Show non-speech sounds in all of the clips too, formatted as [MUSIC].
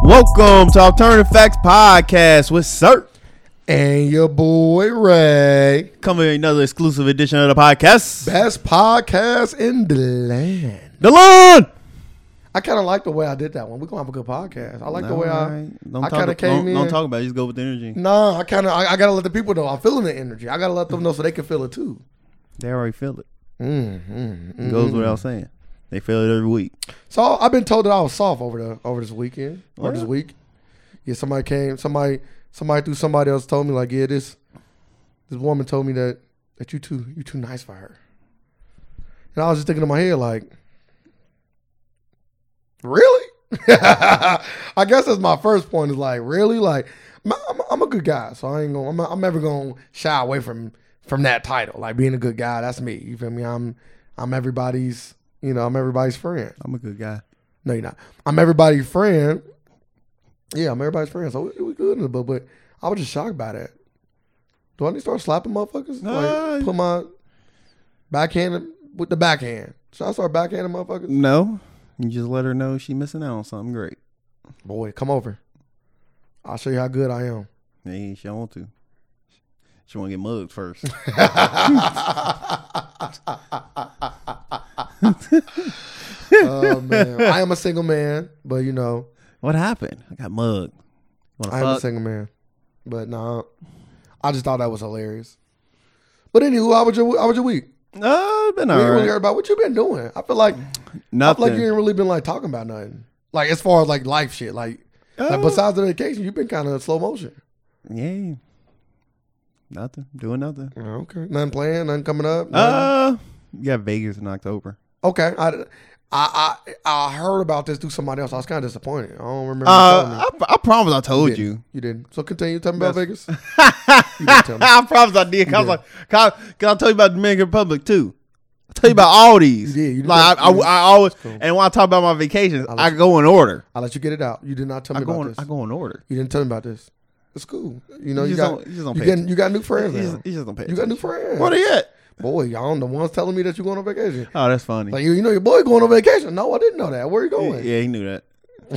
Welcome to Alternative Facts Podcast with Sir. And your boy Ray. Coming with another exclusive edition of the podcast. Best podcast in the land. The lawn. I kind of like the way I did that one. We're going to have a good podcast. I like the way I, don't I talk kind of ab- came don't, in. Mm-hmm. don't talk about it. Just go with the energy. Nah, I kind of, I, I got to let the people know. I'm feeling the energy. I got to let them know so they can feel it too. They already feel it. Mm, mm, It mm. goes without saying. They feel it every week. So I've been told that I was soft over the over this weekend or Oh, this yeah? week. Yeah, somebody came, somebody, somebody through somebody else told me like, yeah, this this woman told me that that you too you too nice for her. And I was just thinking in my head like, really? [LAUGHS] I guess that's my first point is like, really? Like, I'm, I'm, I'm a good guy, so I ain't gonna, I'm, I'm never gonna shy away from from that title. Like being a good guy, that's me. You feel me? I'm I'm everybody's, you know, I'm everybody's friend. I'm a good guy. No, you're not. I'm everybody's friend. Yeah, I'm everybody's friend. So we, we good in the book, but I was just shocked by that. Do I need to start slapping motherfuckers? Nah. Like put my backhand with the backhand. Should I start backhanding motherfuckers? No. You just let her know she missing out on something great. Boy, come over. I'll show you how good I [LAUGHS] am. Hey, she don't want to. She want to get mugged first. [LAUGHS] Oh man, I am a single man, but you know what happened? I got mugged. You I want am a to fuck? single man. But nah, I just thought that was hilarious. But anywho, how was your how was your week? No, been We all ain't really right. heard about what you been doing. I feel like I Nothing. feel like you ain't really been like talking about nothing. Like as far as like life shit, like, like Oh. besides the vacation, you've been kind of slow motion. Yeah. Nothing. Doing nothing. Okay, nothing planned, nothing coming up. nothing- Oh, Uh, you got Vegas in October. okay, I, I I I heard about this through somebody else. I was kind of disappointed. I don't remember. you telling me. Uh, I, I promise I told didn't. you. You didn't. So continue telling me about Vegas. [LAUGHS] You didn't tell me. I promise I did. 'cause I was like, cause, I- 'cause I told you about Dominican Republic too. I tell you about all these. You did. You like did. I, I, You did. I always and when I talk about my vacations, I, go in order. I'll let you get it out. You did not tell me I go about in, this. I go in order. You didn't tell me about this. It's cool. You know You just you, got don't- you you, just don't pay getting, you got new [LAUGHS] friends. You just, now. you just don't pay. You got new attention. friends. What are you at? Boy, y'all the ones telling me that you going on vacation. Oh, that's funny. Like you, you know your boy going on vacation. No, I didn't know that. Where you going? yeah, he knew that.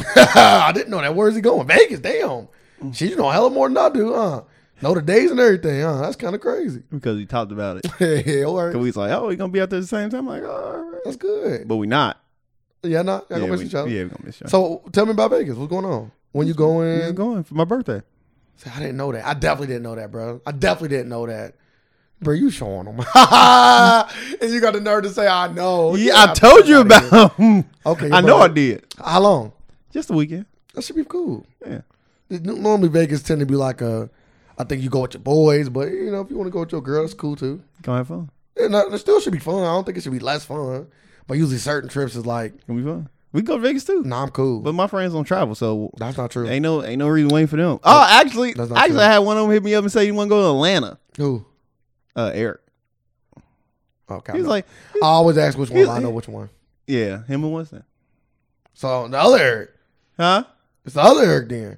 [LAUGHS] I didn't know that. Where's he going? Vegas. Damn. She's know hella more than I do, huh? Know the days and everything, huh? That's kind of crazy. [LAUGHS] Because he talked about it. yeah, all right. Because he's like, oh, we gonna be out there at the same time. I'm like, all right. That's good. But we not. Yeah, not. yeah, Y'all gonna miss we, each other. yeah, we gonna miss each other. So tell me about Vegas. What's going on? When you He's going? going for my birthday. See, I didn't know that. I definitely didn't know that, bro. I definitely didn't know that. Bro, you showing them. [LAUGHS] and you got the nerve to say, I know. Yeah, Get I out told you outta here. about. him. [LAUGHS] Okay, I know I but- did. [LAUGHS] How long? Just the weekend. That should be cool. Yeah. Normally Vegas tend to be like a, I think you go with your boys, but you know if you want to go with your girl, it's cool too. Come have fun. And uh, it still should be fun. I don't think it should be less fun, but usually certain trips is like, Gonna be fun. We go to Vegas too. nah, I'm cool. But my friends don't travel, so That's not true. ain't no ain't no reason waiting for them. Oh, actually, That's actually, not true. I had one of them hit me up and say you want to go to Atlanta. Who? Uh, Eric. Okay. I He was know. like, I always ask which one. he's- but I know which one. yeah, him and Winston. So the other Eric, Huh? it's the other Eric. Then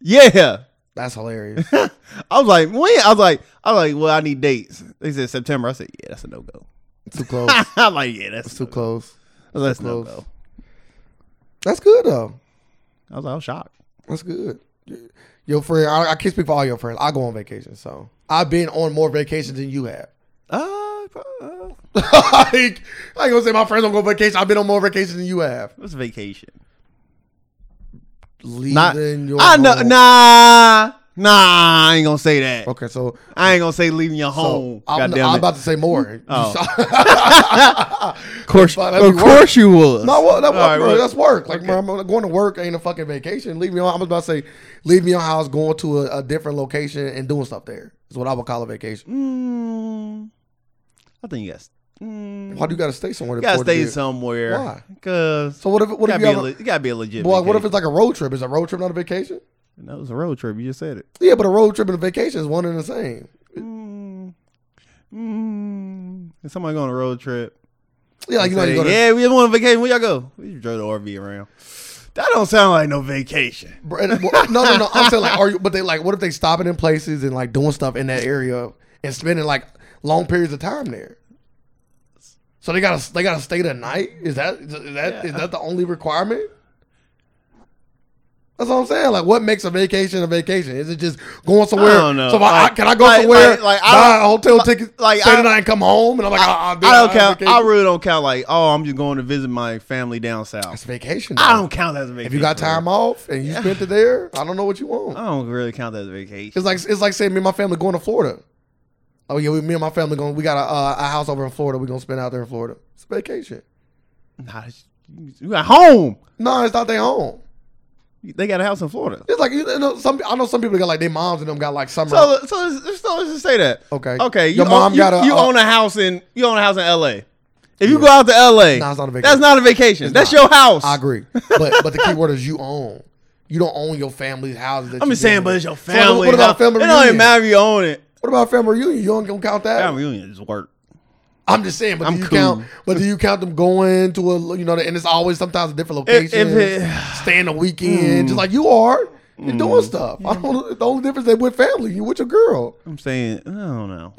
Yeah. [LAUGHS] that's hilarious. I was like, when? I was like, I was like, well, I need dates. They said September. I said, yeah, that's a no go. too close. [LAUGHS] I'm like, yeah, that's too close. That's too no close. go. That's good though. I was like, I was shocked. That's good. Your friend, I, I can't speak for all your friends. I go on vacation, so I've been on more vacations than you have. [LAUGHS] Uh, uh, like, I ain't gonna say my friends don't go on vacation. I've been on more vacations than you have. it was vacation. Leaving Not, your I know, home. nah, nah. I ain't gonna say that. Okay, so, I ain't gonna say leaving your so home. Oh, I'm, goddamn I'm it. about to say more. Oh. [LAUGHS] of Of course, But of that'd be work. course you was. No, well, that, All right, bro, well, that's work. Like, okay. bro, I'm going to work ain't a fucking vacation. Leave me on. I was about to say, leave me on house, going to a, a different location and doing stuff there is what I would call a Mm, vacation. I think you guys. Mm, Why do you got to stay somewhere? you gotta before the stay year? somewhere. Why? Because So what if what if gotta be you have a, a- le- you gotta be a legit. Boy, what if vacation. it's like a road trip? Is a road trip not a vacation? no, it's a road trip? You just said it. Yeah, but a road trip and a vacation is one and the same. Mm, mm, if somebody go on a road trip, Yeah, like, Hmm. you know, say, you go to, yeah, we want a vacation. Where y'all go? We just drove the RV around. That don't sound like no vacation. Bro, and- well, no, no, no. I'm saying like, are you? But they like, what if they stopping in places and like doing stuff in that area and spending like long periods of time there? So they gotta they gotta stay the night. Is that is that is that the only requirement? That's what I'm saying. Like, what makes a vacation a vacation? Is it just going somewhere? I don't know. So if I- Like- I, can I go like- somewhere, like- like, I buy don't- a hotel ticket, like, stay I- the night, and come home? And I'm like, I, I, I don't count. vacation. I really don't count. Like, oh, I'm just going to visit my family down It's south. vacation. I though. don't count that as a vacation. If you got bro. time off and you spent it there, I don't know what you want. I don't really count that as a vacation. It's like it's like saying me and my family going to Florida. Oh yeah, we, me and my family going. We got a, uh, a house over in Florida. We gonna spend out there in Florida. It's vacation. Nah, it's- you got home. No, it's not their home. They got a house in Florida. It's like you know some. I know some people got like their moms and them got like summer. So, so, let's- so let's just say that. okay, Okay, you Your mom own, you- got a. you, uh, own a house in you own a house in L.A. If you go out to L.A., Nah, it's not a vacation. that's not a vacation. It's that's not. your house. I agree, but but the key word is you own. You don't own your family's houses. That I'm you just saying, live but in. it's your So what- family. what about house. family It don't even reunion? matter if you own it. What about family reunion? You don't gonna count that? Family reunion is work. I'm just saying, but I'm do you cool. count? But do you count them going to a you know? And it's always sometimes a different If- location. if it- Hmm. staying a weekend, just like you are. You're doing stuff. I don't, the only difference is with family. You with your girl. I'm saying, I don't know. [LAUGHS]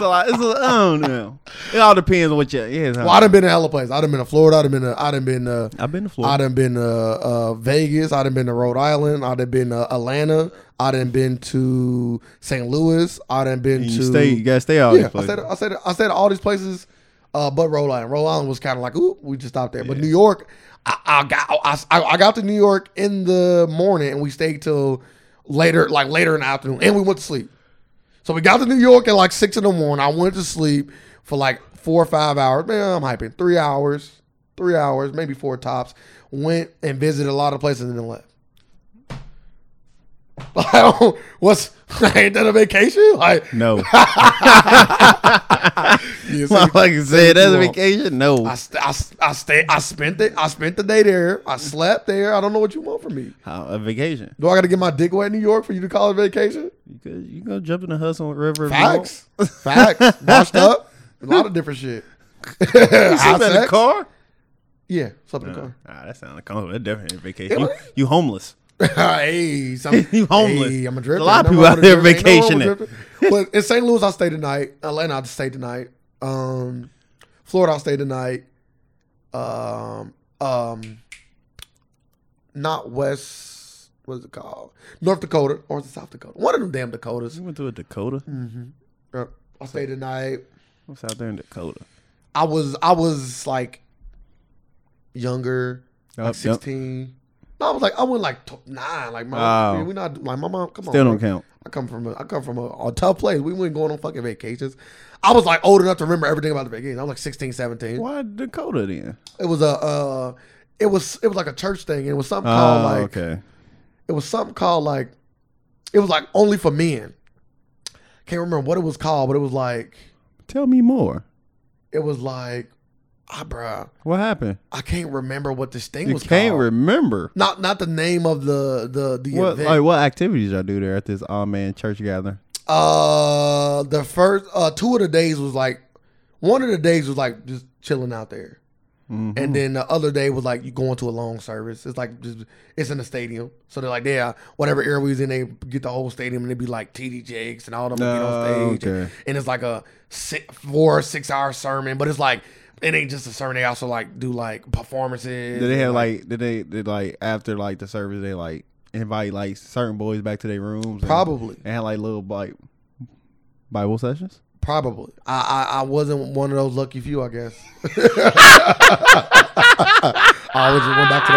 so I, it's a, I don't know. It all depends on what you. Yeah, it's Well, I done been to hella places. I done been to Florida. I done been to. I done been to. I've been to I Florida. done been to uh, Vegas. I done been to Rhode Island. I done been to Atlanta. I done been to St. Louis. I done been You to. stay. You gotta stay out. yeah, Yeah, I said. I said. I said all these places, uh, but Rhode Island. Rhode Island was kind of like, ooh, we just stopped there. But New York, I, I got. I, I I got to New York in the morning, and we stayed till later, like later in the afternoon, and we went to sleep. So we got to New York at like six in the morning. I went to sleep for like four or five hours. Man, I'm hyping. Three hours, three hours, maybe four tops. Went and visited a lot of places and then left. [LAUGHS] I don't. [LAUGHS] What's ain't that a vacation? Like no. [LAUGHS] yeah, so you- [LAUGHS] like I said, that's a won't. vacation. No. I, st- I, s- I stay. I spent it. I spent the day there. I slept there. I don't know what you want from me. How- Uh, a vacation. Do I got to get my dick wet in New York for you to call it vacation? You could you go jump in the Hudson River. if you want. Facts. Facts. Washed up. A lot of different shit. You [LAUGHS] High sleep in the sex. car. Yeah, slept in the car. Ah, that sounds like oh, that definitely a vacation. Yeah, You, you homeless. [LAUGHS] hey, some, [LAUGHS] You homeless. Hey, I'm a drifter. A lot of Ain't people out nothing there wrong with drifting. Ain't nothing wrong with vacationing. drifting. but in St. Louis, I stayed tonight. Atlanta, I just stayed tonight. Um, Florida, I stayed tonight. Um, um, not West. What is it called? North Dakota or is it South Dakota? One of them damn Dakotas. You went to a Dakota. Hmm. Yep. I stayed tonight. What's out there in Dakota? I was I was like younger, Yup, like yup. sixteen. No, I was like I went like t- nine. Like my Wow. man, we not like my mom. Come on, Still bro. don't count. I come from a, I come from a, a tough place. We weren't going on fucking vacations. I was like old enough to remember everything about the vacation. I was like 16, 17. Why Dakota then? It was a uh, it was it was like a church thing. And it was something Oh, called like okay. it was something called like it was like only for men. Can't remember what it was called, but it was like Tell me more. it was like ah, bruh. What happened? I can't remember what this thing You was can't called. remember. not not the name of the the the What event. like what activities y'all do there at this all man church gathering? Uh, the first uh two of the days was like one of the days was like just chilling out there, Mhm. and then the other day was like you going to a long service. It's like just it's in the stadium, so they're like yeah, whatever area we was in, they get the whole stadium and they be like TD Jakes and all them will get Oh, on stage, okay. and it's like a six, four or six hour sermon, but it's like. It ain't just a sermon. They also like do like performances. Did they and, have like did they did like after like the service they like invite like certain boys back to their rooms? and- probably And had like little like Bible sessions? Probably. I, I I wasn't one of those lucky few, I guess. [LAUGHS] I always just went back to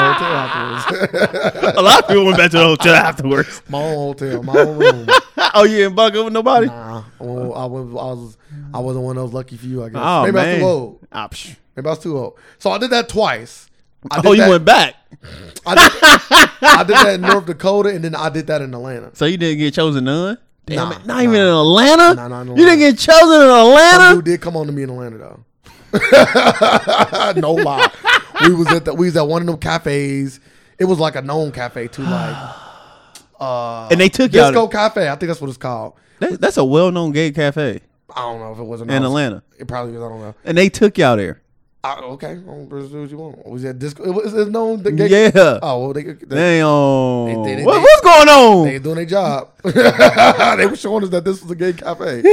the hotel afterwards. [LAUGHS] a lot of people went back to the hotel [LAUGHS] afterwards. my own hotel, my own room. oh, you didn't buck up with nobody? Nah, well, I was I was I wasn't one of those lucky few, I guess. Oh, Maybe I was man. too old. Ah, psh. Maybe I was too old. So I did that twice. I did oh, you that, went back. I did, I [LAUGHS] did that in North Dakota, and then I did that in Atlanta. So you didn't get chosen none? Damn Nah, it. Not even in Atlanta? Nah, not in You didn't Atlanta. get chosen in Some Atlanta? dude did come on to me in Atlanta though. [LAUGHS] no lie, we was at the, we was at one of them cafes. It was like a known cafe [GASPS] too, like uh, And they took you disco out. cafe. I think that's what it's called. That, that's a well known gay cafe I don't know if it was or not. in Atlanta. It probably was. I don't know. And they took y'all there. I, okay, well, just do what you want. Was that disco? It was it's known. The gay, Yeah. Oh well, they they, Damn. they- they- what, what's going on? they was doing [LAUGHS] their job. [LAUGHS] they were showing us that this was a gay cafe.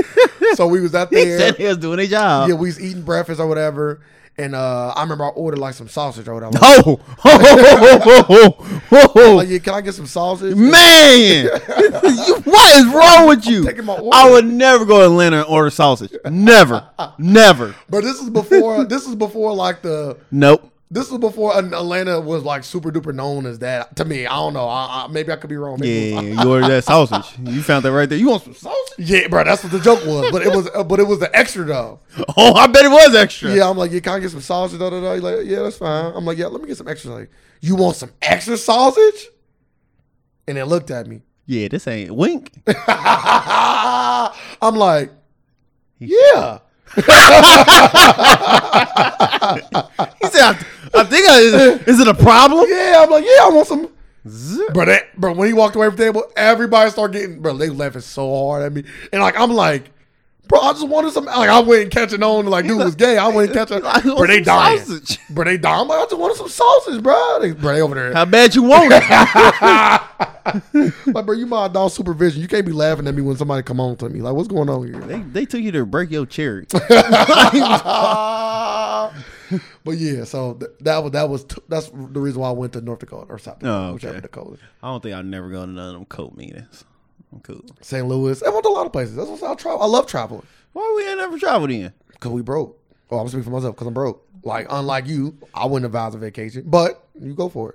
so we was out he there. said uh, he was doing his job. yeah, we was eating breakfast or whatever, And uh, I remember I ordered like some sausage or whatever. Oh, [LAUGHS] [LAUGHS] Like, yeah, can I get some sausage? [LAUGHS] man, you, what is wrong with you? taking my order. I would never go to Atlanta and order sausage. [LAUGHS] Never, never. But this is before this is before like the Nope. this is before An- Atlanta was like super duper known as that. To me, I don't know. I, I, maybe I could be wrong. Maybe it was- Yeah, you ordered that sausage. You found that right there. You want some sausage? Yeah, bro, that's what the joke was. But it was, uh, but it was the extra though. Oh, I bet it was extra. Yeah, I'm like, yeah, can I get some sausage? Da, da, da. He's like, yeah, that's fine. I'm like, yeah, let me get some extra. Like, you want some extra sausage? And it looked at me. [LAUGHS] Yeah, this ain't wink. I'm like, yeah. [LAUGHS] He said, I, I think I, is, is it a problem? Yeah, I'm like, yeah, I want some. Zzz. But that, but when he walked away from the table, everybody started getting, bro, they laughing so hard at me. And like, I'm like, bro, I just wanted some, like, I wasn't catching on, like, dude was gay. [LAUGHS] I wasn't catching I want Bro, they some dying. sausage. Bro, they dying. I'm like, I just wanted some sausage, bro. They, bro, they over there. How bad you want [LAUGHS] it? Like, bro, you my dog supervision. You can't be laughing at me when somebody come on to me. Like, what's going on here? they, they took you to break your cherry. Ah. [LAUGHS] but yeah, so th- that was that was t- that's the reason why I went to North Dakota or South Dakota, Oh, okay. whichever Dakota, I don't think I'll never go to none of them cult meetings. I'm cool. St. Louis. I went to a lot of places. That's what I travel. I love traveling Why we ain't never traveled in? because we broke. Oh, I'm speaking for myself because I'm broke. Like unlike you, I wouldn't advise a vacation, but you go for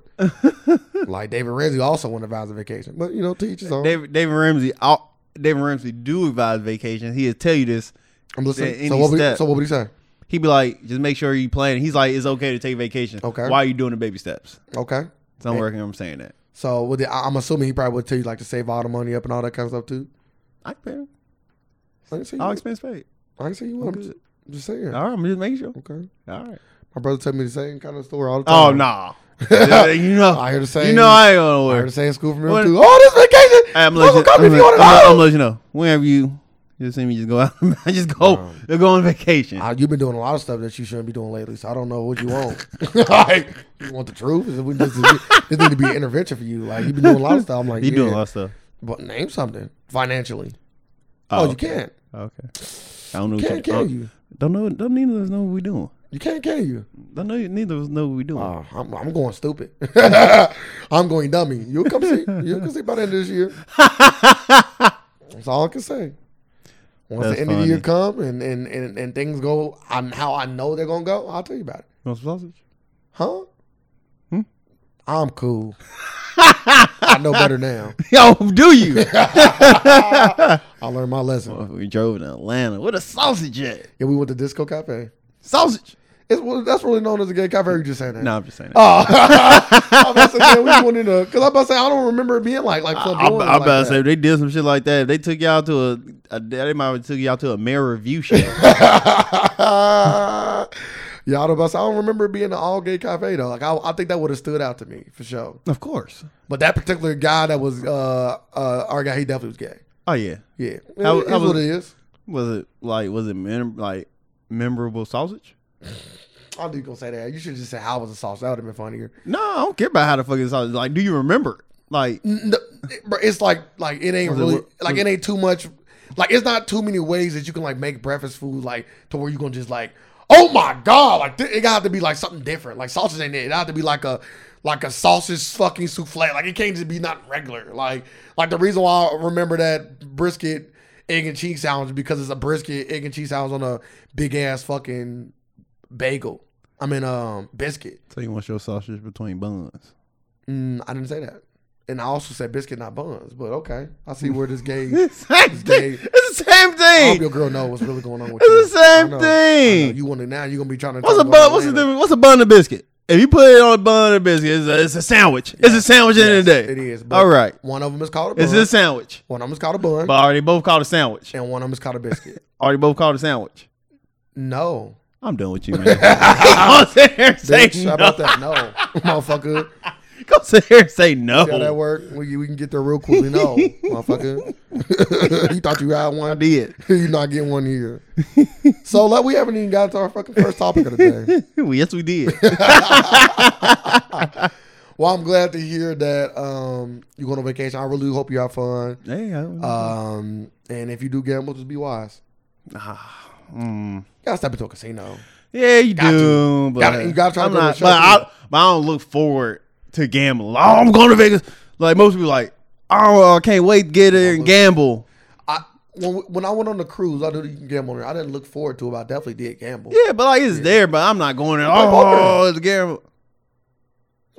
[LAUGHS] it. like David Ramsey also wouldn't advise a vacation, but you know, to each his own. David, David Ramsey, I'll- David Ramsey do advise vacations. He'll tell you this. I'm listening. any So what, would he, step. so what would he say? He'd be like, just make sure you plan. He's like, it's okay to take vacation. Okay. Eh. Why are you doing the baby steps? Okay. So I'm working. I'm saying that. So would the, I- I'm assuming he probably would tell you like to save all the money up and all that kind of stuff too. I can I can see pay. you. All would. expense paid. I can see you. would. I'm just, I'm just saying. All right. I'm just making sure. Okay. All right. My brother told me the same kind of story all the Oh, time. [LAUGHS] nah. you know. I hear the same. You know I ain't gonna I heard the work. same school from What- him too. Oh, this vacation. I'm I'm letting you, come I'm if you want let- to I'm let- I'm go. letting you know. Whenever you just see me just go out, [LAUGHS] I just go. Um, They're going on vacation. Ah, you've been doing a lot of stuff that you shouldn't be doing lately, so I don't know what [LAUGHS] you want. [LAUGHS] like, you want the truth? Is it- we- This, is, this need to be an intervention for you. Like, you've been doing a lot of stuff. I'm like, You yeah, doing a lot of stuff. But name something financially. Oh, you okay. can't. Okay. I don't know. Can't what can don't- you? Don't know. Don't neither of us know what we doing. You can't, can you? Don't know. Neither of us know what we doing. Oh, I'm, I'm [LAUGHS] going stupid. I'm going dummy. You'll come see. You'll come see by the end of this [LAUGHS] year. That's all I can say. Once That's the end of the funny. year come and, and, and, and things go on how I know they're gonna go, I'll tell you about it. You want some sausage? [LAUGHS] Huh? Hmm? I'm cool. I know better [LAUGHS] now. Yo, do [LAUGHS] you? Oh, I learned my lesson. we drove to Atlanta. What a sausage at? Yeah, we went to Disco Cafe. Sausage. It's well, that's really known as a gay cafe. You just saying that. No, I'm just saying. That. Oh, [LAUGHS] I was about to say, man, we just went in a- cause I was about to say I don't remember it being like like I, Club am Jordan about like to that. say if they did some shit like that. If they took y'all to a, a they might have took y'all to a mayor [LAUGHS] review show. [LAUGHS] Y'all about I don't remember it being an all gay cafe though. Like I, I think that would have stood out to me for sure. of course. But that particular guy that was uh uh our guy, he definitely was gay. Oh yeah. Yeah, How- that's how was- what it is. Was it like was it mem- like memorable sausage? I do gonna say that. You should just say how was the sauce. That would have been funnier. No, I don't care about how the fuck it's sausage. Like, do you remember? it? Like, N- it- bro, it's like like it ain't Was it really wor- like was- it ain't too much. Like it's not too many ways that you can like make breakfast food like to where you gonna just like oh my god like th- it got to be like something different like sausage ain't it it got to be like a like a sausage fucking souffle like it can't just be not regular like like the reason why I remember that brisket egg and cheese sandwich is because it's a brisket egg and cheese sandwich on a big ass fucking bagel I mean um biscuit so you want your sausage between buns? Mm, I didn't say that. And I also said biscuit, not buns. But okay, I see where this gay. [LAUGHS] I It's the [LAUGHS] same thing. It's the same hope thing. your girl know what's really going on with you. It's the I same know, I know. thing. You want to now? You gonna be trying to. What's a talk bun? about What's the Atlanta. difference? What's a bun and a biscuit? If you put it on a bun and a biscuit, it's a, it's a sandwich. It's a sandwich in the Yes, day. It is. but All right. One of them is called a bun. It's a sandwich. One of them is called a bun, But are they both called a sandwich? and one of them is called a [LAUGHS] biscuit. Are they both called a sandwich? no. I'm done [LAUGHS] with you, man. Go sit here and say Bitch, how no. about that? No, [LAUGHS] motherfucker. Go sit here and say no. See how that work? We, we can get there real quickly. [LAUGHS] No, motherfucker. [LAUGHS] you thought you had one? did. [LAUGHS] You're not getting one here. so like, we haven't even got to our fucking first topic of the [LAUGHS] day. [LAUGHS] yes, we [LAUGHS] did. Well, I'm glad to hear that um, you're going on vacation. I really do hope you have fun. hey, I don't know. Um, and if you do gamble, just be wise. Ah, mm. You gotta step into a casino. [LAUGHS] Yeah, you Got do. But Gotta- you gotta try to I'm go to not, the but show, I, but I don't look forward to gambling. Oh, I'm going to Vegas. Like most people, like oh, I can't wait to get there and gamble. I when, when I went on the cruise, I didn't gamble. I didn't look forward to it, but I definitely did gamble. Yeah, but like it's there, but I'm not going there. play Oh, poker. it's gamble.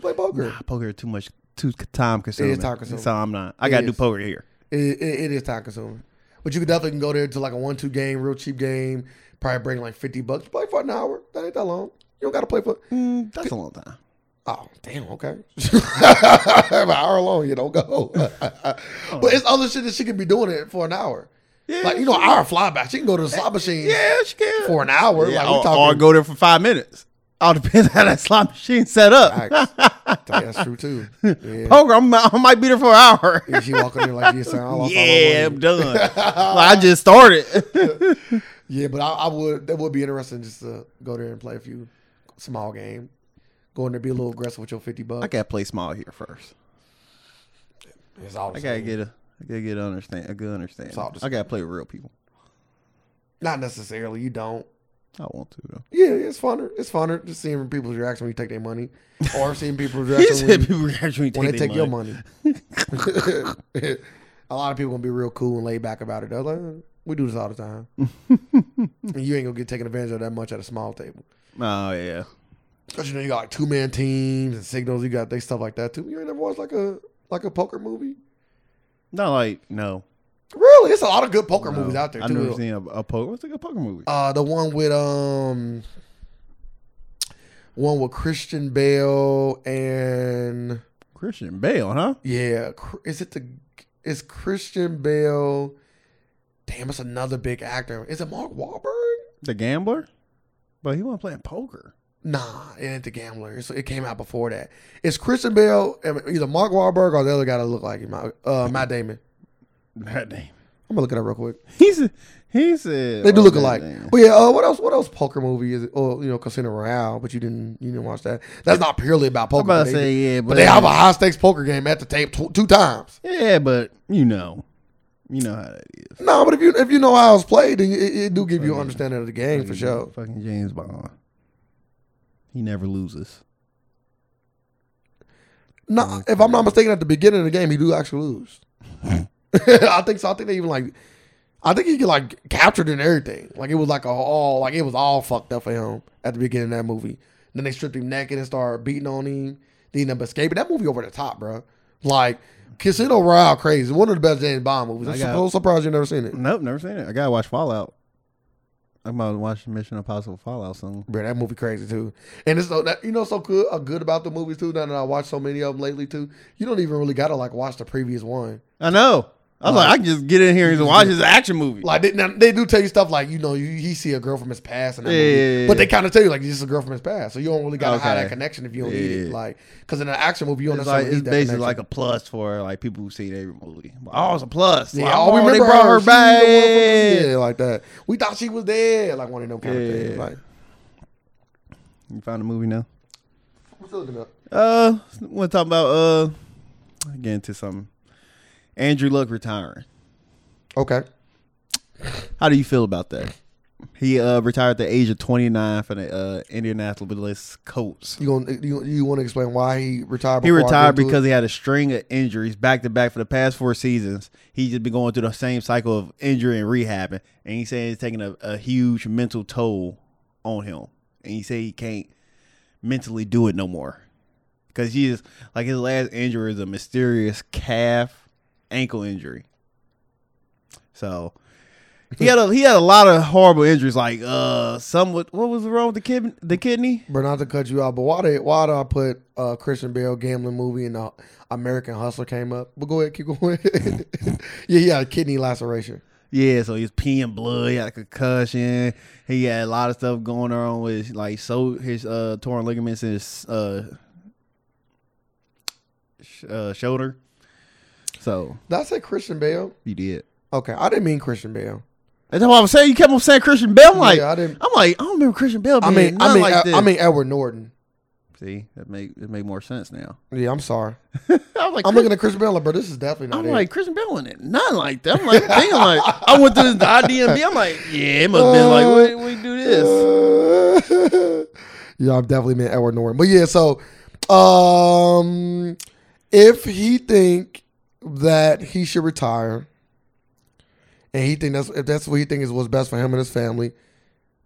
Play poker. Nah, poker too much, too time consuming. time consuming. So I'm not. I It gotta do is. poker here. It, it, it is time consuming. But you could definitely can go there to like a one two game, real cheap game. Probably bring like fifty bucks. Play for an hour. That ain't that long. You don't gotta play for. Mm, that's a long time. Oh damn. Okay. [LAUGHS] an hour long. You don't go. [LAUGHS] but it's other shit that she could be doing it for an hour. Yeah, Like you know, an hour fly back. She can go to the slot machine yeah, she can. for an hour. Yeah, like we or, talking. or go there for five minutes. All depends how that slot machine's set up. Facts. That's true too. [LAUGHS] Yeah. Poker, I'm, I might be there for an [LAUGHS] hour. And she walk in there like, yes, sir, I lost all my yeah, money." I'm [LAUGHS] done. like, I just started. Yeah, but I, I would. That would be interesting just to go there and play a few small game. Go in there, be a little aggressive with your fifty bucks. I gotta play small here first. It's all the I gotta same. get a, I gotta get a understand a good understanding. all the I gotta play with real people. Not necessarily. You don't. I want to though. Yeah, it's funner. It's funner just seeing people's reaction when you take their money, or [LAUGHS] seeing people's He reaction said when, people actually take, when they their take your money. money. [LAUGHS] a lot of people gonna be real cool and laid back about it. They're like, "Eh, we do this all [LAUGHS] the time. and you ain't gonna get taken advantage of that much at a small table. Oh yeah, Cause you know you got like two man teams and signals. You got they stuff like that too. You ain't never watched like a like a poker movie. not like no. Really, it's a lot of good poker movies No. out there I've never too. seen a, a poker. What's like a poker movie? Uh, the one with um, one with Christian Bale and Christian Bale, huh? yeah, Cr- is it the is Christian Bale? Damn, it's another big actor. Is it Mark Wahlberg? The gambler, but he wasn't playing poker. [LAUGHS] Nah, it ain't the gambler. It's, it came out before that. It's Christian Bale and either Mark Wahlberg or the other guy that look like him. Uh, Matt Damon. That name. I'm gonna look it up real quick. He said. He said They do oh, look that alike. name. But yeah, uh, what else? What else? Poker movie is it? Oh, you know, Casino Royale. But you didn't, you didn't watch that. That's not purely about I'm poker. about But to they, say yeah, but, but they have a high stakes poker game at the tape tw- two times. yeah, but you know, you know how that is. No, but if you if you know how it's played, then it, it do give you an understanding of the game for sure. Fucking James Bond. He never loses. No, if I'm not mistaken, at the beginning of the game, he do actually lose. Hmm. [LAUGHS] I think so. I think they even like. I think he get like captured and everything. Like it was like a all like it was all fucked up for him at the beginning of that movie. Then they stripped him naked and started beating on him. Then he ended up escaping. That movie over the top, bro. Like Casino Royale, crazy. One of the best James Bond movies. I'm I got- so surprised you never seen it. Nope, never seen it. I gotta watch Fallout. I'm about to watch Mission Impossible Fallout soon. Bro, that movie crazy too. And it's so that you know so good uh, good about the movies too. Now that I watched so many of them lately too, you don't even really gotta like watch the previous one. I know. I was like, I can just get in here and watch this action movie. Like they, now, they do tell you stuff like you know you, he see a girl from his past and that Yeah, movie, yeah, yeah, but they yeah. kind of tell you like this is a girl from his past, so you don't really got to hide Okay. that connection if you don't Yeah, need it. yeah. Like because in an action movie you don't it's like, necessarily it's need that basically like connection. a plus for like people who see every movie. Oh, it's a plus. yeah, Like, oh, we they remember brought her She the one back. from- yeah, like that. We thought she was dead, like one of them kind of Yeah. things. Like You found the movie now? what's looking up? Uh, want to talk about uh, get into something. Andrew Luck retiring. Okay, How do you feel about that? He uh retired at the age of 29 from the uh, Indianapolis Colts. you gonna you, you want to explain why he retired? He before I get retired into it? because he had a string of injuries back to back for the past four seasons. He's just been going through the same cycle of injury and rehabbing, and he said it's taking a, a huge mental toll on him. And he said he can't mentally do it no more because he is like his last injury is a mysterious calf ankle injury. So he had a he had a lot of horrible injuries, like uh, some with, what was wrong with the kid the kidney. But not to cut you out, but why did why did I put uh, Christian Bale gambling movie and the American Hustler came up? But go ahead, keep going. [LAUGHS] yeah, he had a kidney laceration. Yeah, so he was peeing blood. He had a concussion. He had a lot of stuff going on with his, like so his uh torn ligaments in his uh, sh- uh shoulder. So Did I say Christian Bale? you did. Okay, I didn't mean Christian Bale. That's what I was saying. You kept on saying Christian Bell. I'm like, Yeah, I didn't- I'm like, I don't remember Christian Bell. I mean, I mean, like I, this. I mean Edward Norton. see, that make it make more sense now. Yeah, I'm sorry. I was like, I'm looking at Christian Bale, like, bro. This is definitely not. I'm it. like Christian Bell wasn't nothing like that. I'm like, dang, I'm Uh, like, I went through the IDMB. I'm like, yeah, it must have been like, we, we do this. [LAUGHS] yeah, I've definitely been Edward Norton. But yeah, so um, if he think that he should retire, and he think that's if that's what he think is what's best for him and his family,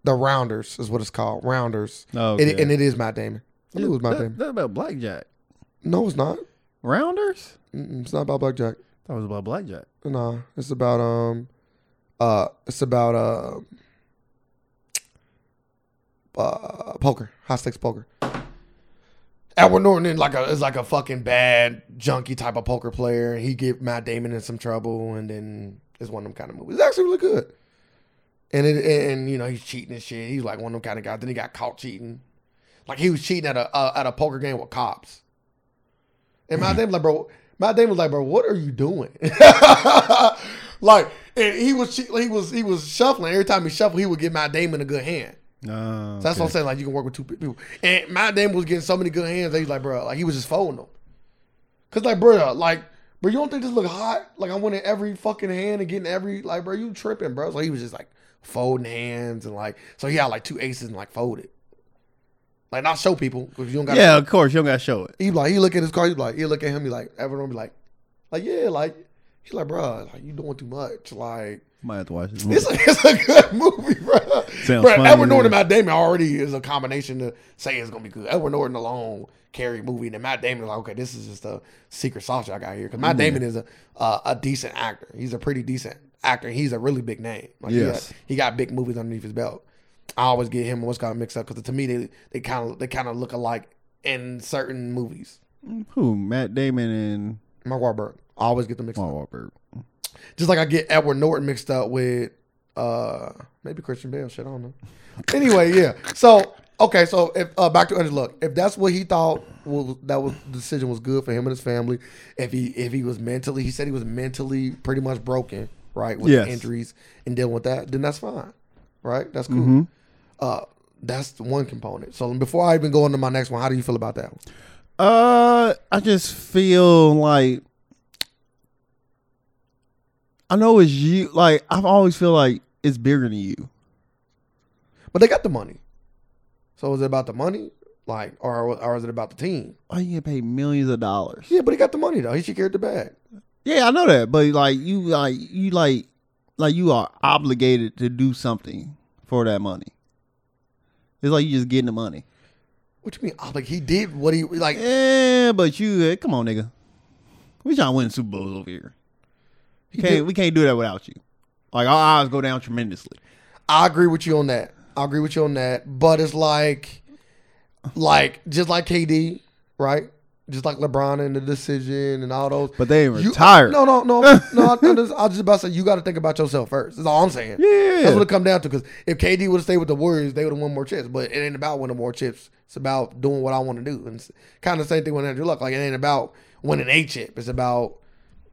the Rounders is what it's called, Rounders, Oh, It- and it is Matt Damon. I knew it was Matt Damon. That about blackjack No, it's not. rounders. Mm-mm, it's not about Blackjack. That was about blackjack. Nah, it's about um, uh, it's about uh, uh poker, high stakes poker. Edward Norton is like a is like a fucking bad junkie type of poker player. He get Matt Damon in some trouble, and then it's one of them kind of movies. It's actually really good. And it and you know he's cheating and shit. He's like one of them kind of guys. Then he got caught cheating, like he was cheating at a uh, at a poker game with cops. And my Damon like, bro, my Damon was like, bro, what are you doing? [LAUGHS] like, and he was he was he was shuffling. Every time he shuffled, he would give my Damon a good hand. No, So that's what I'm saying. Like, you can work with two people. And my Damon was getting so many good hands. That he's like, bro, like he was just folding them. Cause like, bro, like, bro, you don't think this look hot? Like, I'm winning every fucking hand and getting every like, bro, you tripping, bro? So he was just like folding hands and like, so he had like two aces and like folded. Like, not show people because you don't got yeah, of course you don't gotta show it. he be like, he look at his car, he be like, he look at him, he like, everyone be like, like yeah, like he like, bro, like you doing too much, like Might have to watch this. it's a, it's a good movie, bro. Sounds bro, funny, Edward Norton man. and Matt Damon already is a combination to say it's gonna be good. Edward Norton alone carry a movie, and then Matt Damon is like, okay, this is just a secret sauce I got here because Matt Damon is a uh, a decent actor. He's a pretty decent actor. He's a really big name. Like, Yes. he, got, he got big movies underneath his belt. I always get him and what's got mixed up because to me they they kind of they kind of look alike in certain movies. Who? Matt Damon and Mark Wahlberg. I always get them mixed up. Mark Wahlberg. Just like I get Edward Norton mixed up with uh maybe Christian Bale. Shit, I don't know. Anyway, yeah. So okay, so if uh, back to Andrew Luck, if that's what he thought was that was the decision was good for him and his family. If he if he was mentally, he said he was mentally pretty much broken, right, with Yes. injuries and dealing with that. Then that's fine, right? That's cool. Mm-hmm. Uh, that's the one component. So before I even go into my next one, how do you feel about that? One? Uh, I just feel like I know it's you. Like I've always feel like it's bigger than you. But they got the money. So is it about the money, like, or or is it about the team? Why you get paid millions of dollars? Yeah, but he got the money though. He should carry the bag. Yeah, I know that, but like you, like you, like like you are obligated to do something for that money. It's like you just getting the money. What you mean? Oh, like he did what he like. Yeah, Eh, but you, come on, nigga. We trying to win Super Bowls over here. He Can't, did- We can't do that without you. Like our odds go down tremendously. I agree with you on that. I agree with you on that. But it's like, like just like KD, right? Just like LeBron and the decision and all those. But they ain't You- retired. No, [LAUGHS] no, no, no. I, I just, I was just about to say you got to think about yourself first. That's all I'm saying. Yeah. that's what it come down to. Because if KD would have stayed with the Warriors, they would have won more chips. But it ain't about winning more chips. It's about doing what I want to do. And kind of the same thing with Andrew Luck. Like it ain't about winning a chip. It's about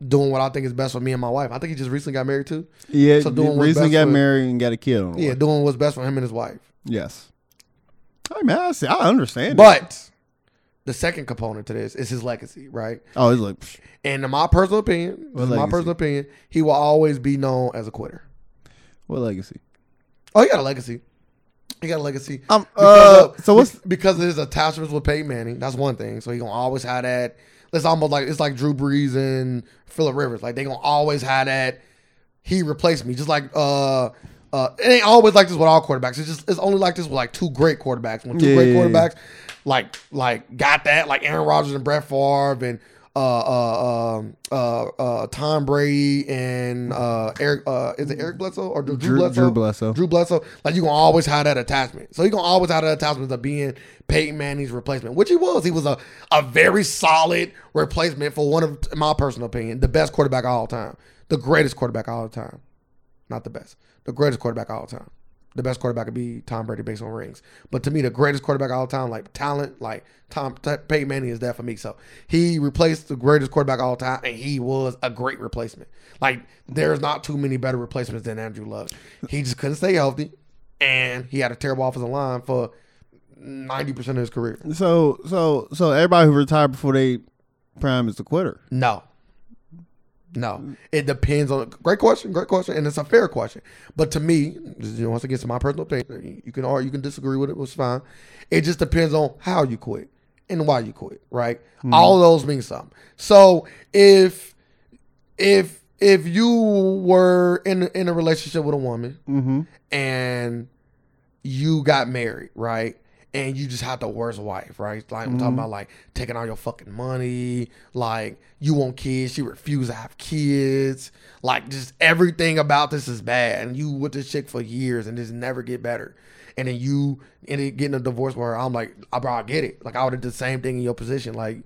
doing what I think is best for me and my wife. I think he just recently got married too. Yeah, So doing what's recently best got for- married and got a kid on the Yeah, way. doing what's best for him and his wife. Yes. I mean, I, see, I understand. it. But the second component to this is his legacy, right? oh, it's like psh, And in my personal opinion, What in my legacy? personal opinion, he will always be known as a quitter. what legacy? Oh, he got a legacy. He got a legacy. Um, Because uh, of- so what's because of his attachments with Peyton Manning? That's one thing. So he gonna always have that. It's almost like it's like Drew Brees and Phillip Rivers. Like they gonna always have that. He replaced me, just like uh, uh. It ain't always like this with all quarterbacks. It's just it's only like this with like two great quarterbacks. When two Yeah, yeah, great yeah. quarterbacks, like like got that, like Aaron Rodgers and Brett Favre and. Uh, uh, um, uh, uh, Tom Brady and uh, Eric, uh, is it Eric Bledsoe or Drew, Drew, Drew Bledsoe? Drew Bledsoe, like you gonna always have that attachment. So you gonna always have that attachment of being Peyton Manning's replacement, which he was. He was a, a very solid replacement for one of in my personal opinion, the best quarterback of all time. The greatest quarterback of all time. Not the best. The greatest quarterback of all time. The best quarterback could be Tom Brady based on rings. But to me, the greatest quarterback of all time, like talent, like Tom T- Peyton Manning is that for me. So he replaced the greatest quarterback of all time, and he was a great replacement. Like there's not too many better replacements than Andrew Luck. He just couldn't stay healthy, and he had a terrible offensive line for ninety percent of his career. So so so everybody who retired before they prime is a quitter. No, No, it depends on. Great question, great question, and it's a fair question. But to me, this is, once again, it's my personal opinion. You can argue, you can disagree with it, it's fine. It just depends on how you quit and why you quit, right? All those mean something. So if if if you were in in a relationship with a woman Mm-hmm. and you got married, right? And you just had the worst wife, right? Like I'm talking about like taking all your fucking money, like you want kids, she refused to have kids, like just everything about this is bad. And you with this chick for years and just never get better. And then you end up getting a divorce where I'm like, I bro, I get it. Like I would have did the same thing in your position. Like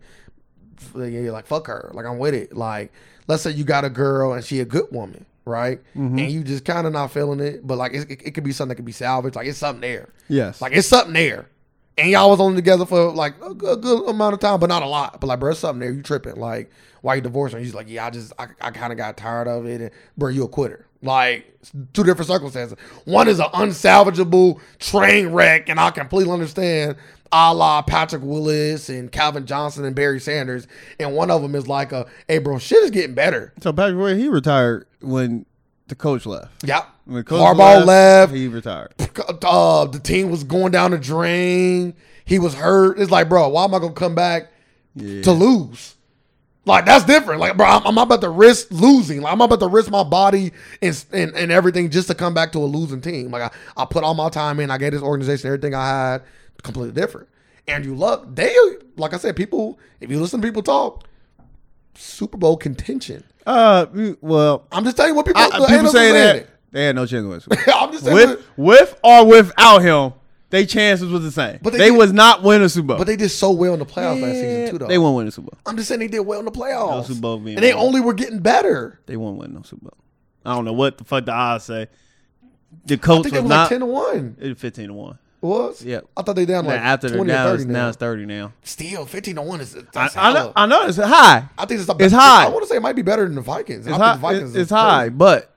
f- yeah, you're like fuck her like i'm with it like let's say you got a girl and she a good woman right and you just kind of not feeling it but like it, it, it could be something that could be salvaged like it's something there Yes. like it's something there and y'all was only together for like a good, a good amount of time but not a lot but like bro it's something there you tripping like why you divorcing you just like yeah i just i, I kind of got tired of it and bro you a quitter like it's two different circumstances one is an unsalvageable train wreck and i completely understand a la Patrick Willis and Calvin Johnson and Barry Sanders, and one of them is like a, hey bro, shit is getting better. so Patrick Roy, he retired when the coach left. Yep. When the coach Harbaugh left. He retired. Uh, the team was going down the drain. He was hurt. It's like, bro, why am I gonna come back Yeah. to lose? Like that's different. Like, bro, I'm, I'm about to risk losing. Like, I'm about to risk my body and, and and everything just to come back to a losing team. Like, I, I put all my time in. I gave this organization everything I had. Completely different. Andrew Luck, they like I said, people. If you listen to people talk, Super Bowl contention. uh, you- well, I'm just telling you what people. I, I- people analysts say are that saying. they had no chance with [LAUGHS] I'm just saying. what- with with or without him. They chances was the same. But But they they, did- was not winning the Super Bowl. But they did so well in the playoffs last season Yeah, too, though. They won't win the Super Bowl. I'm just saying they did well in the Those playoffs, who both being and they bad. only were getting better. They won't win no Super Bowl. I don't know what the fuck the odds say. The I Colts think was they were like not ten to one. it was fifteen to one. It was Yeah. I thought they down Now like after the twenty or now, thirty it's, now now. it's thirty now. Still, fifteen to one is I, that's I, hella. know, I know it's high. I think it's, the It's best- high. I want to say it might be better than the It's Vikings. I think high. the Vikings It's, is it's high, crazy. but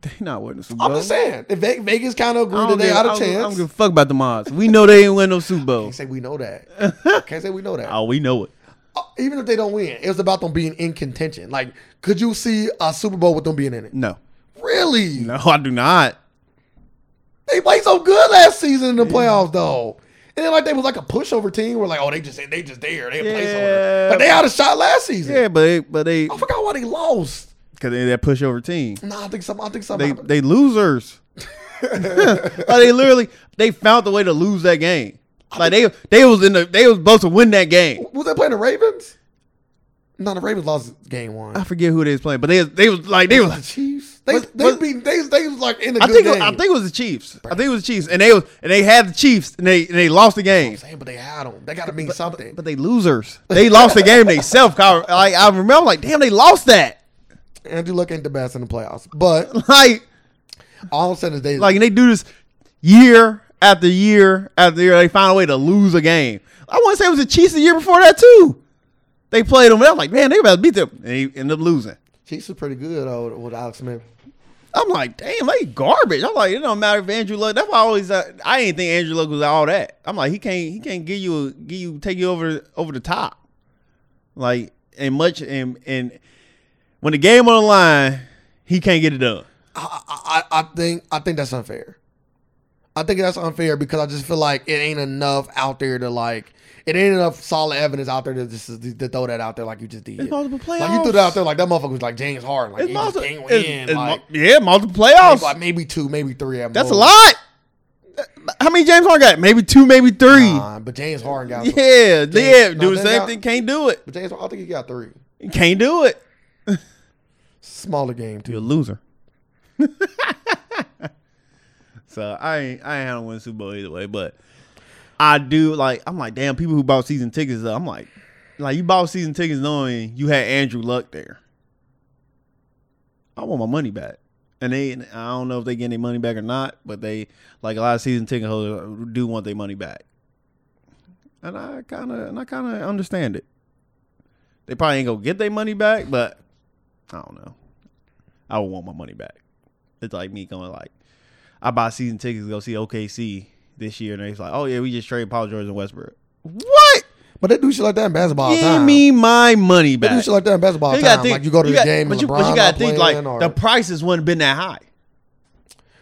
they not winning the Super Bowl. I'm just saying, if Ve- Vegas kind I of agreed don't that they give- had a I don't- I don't chance, give a fuck about the odds. We know they ain't win no Super Bowl. can't say we [LAUGHS] know that. can't say we know that. Oh, we know it. Uh, Even if they don't win, it was about them being in contention. Like, could you see a Super Bowl with them being in it? No, Really? no, I do not. They played so good last season in the playoffs though. And then like they was like a pushover team. We're like, oh, they just they just there. They a placeholder. Yeah. Like they had a shot last season. Yeah, but they, but they I forgot why they lost. because they that pushover team. Nah, I think something. I think something. They happened. they [LAUGHS] losers. like they literally they found the way to lose that game. Like they they was in the they was supposed to win that game. was they playing the Ravens? No, the Ravens lost game one. I forget who they was playing, but they they was like they was. the Chiefs. They Uh, Was- they was- beat they they was like in a I good think it was- game. I think it was the Chiefs. I think it was the Chiefs, and they was and they had the Chiefs, and they and they lost the game. Damn, but they had them. They got to mean something. But they losers. They lost the game themselves. Like I remember, like damn, they lost that. [LAUGHS] Andrew Luck ain't the best in the playoffs. But Like all I'm saying is they like and they do this year after year after year. They find a way to lose a game. I want to say it was the Chiefs the year before that too. They played them. And I was like, man, they about to beat them. And they end up losing. Chiefs are pretty good though, with Alex Smith. I'm like, damn, they garbage. I'm like, it don't matter if Andrew Luck. That's why I always uh, I didn't think Andrew Luck was all that. I'm like, he can't he can't give you a, give you take you over over the top, like and much and and when the game on the line, he can't get it done. I, I, I I think I think that's unfair. I think that's unfair because I just feel like it ain't enough out there to like it ain't enough solid evidence out there to just to throw that out there like you just did. It's multiple Like you threw playoffs. that out there like that motherfucker was like James Harden like It's he multiple, just can't it's- win it's like, mul- yeah, multiple maybe, playoffs. like, maybe two maybe three at That's a most. lot. How many James Harden got? Maybe two, maybe three. Nah, but James Harden got yeah, yeah, no, do the they same got- thing. Can't do it. but James Harden, I think he got three Can't do it. smaller game too. You're a loser. [LAUGHS] so I ain't I ain't had to win the Super Bowl either way, but I do like I'm like damn people who bought season tickets. Though, I'm like like you bought season tickets knowing you had Andrew Luck there. I want my money back, and they and I don't know if they getting their money back or not, but they like a lot of season ticket holders do want their money back, and I kind of and I kind of understand it. They probably ain't gonna get their money back, but I don't know. I would want my money back. It's like me going like, I buy season tickets to go see OKC this year, and it's like, oh yeah, we just trade Paul George and Westbrook. What? But they do shit like that in basketball. all the Give time. me my money They do back. shit like that in basketball. all the You time. like you go to the got- game, but and you, LeBron but you gotta not think playing like or- the prices wouldn't have been that high.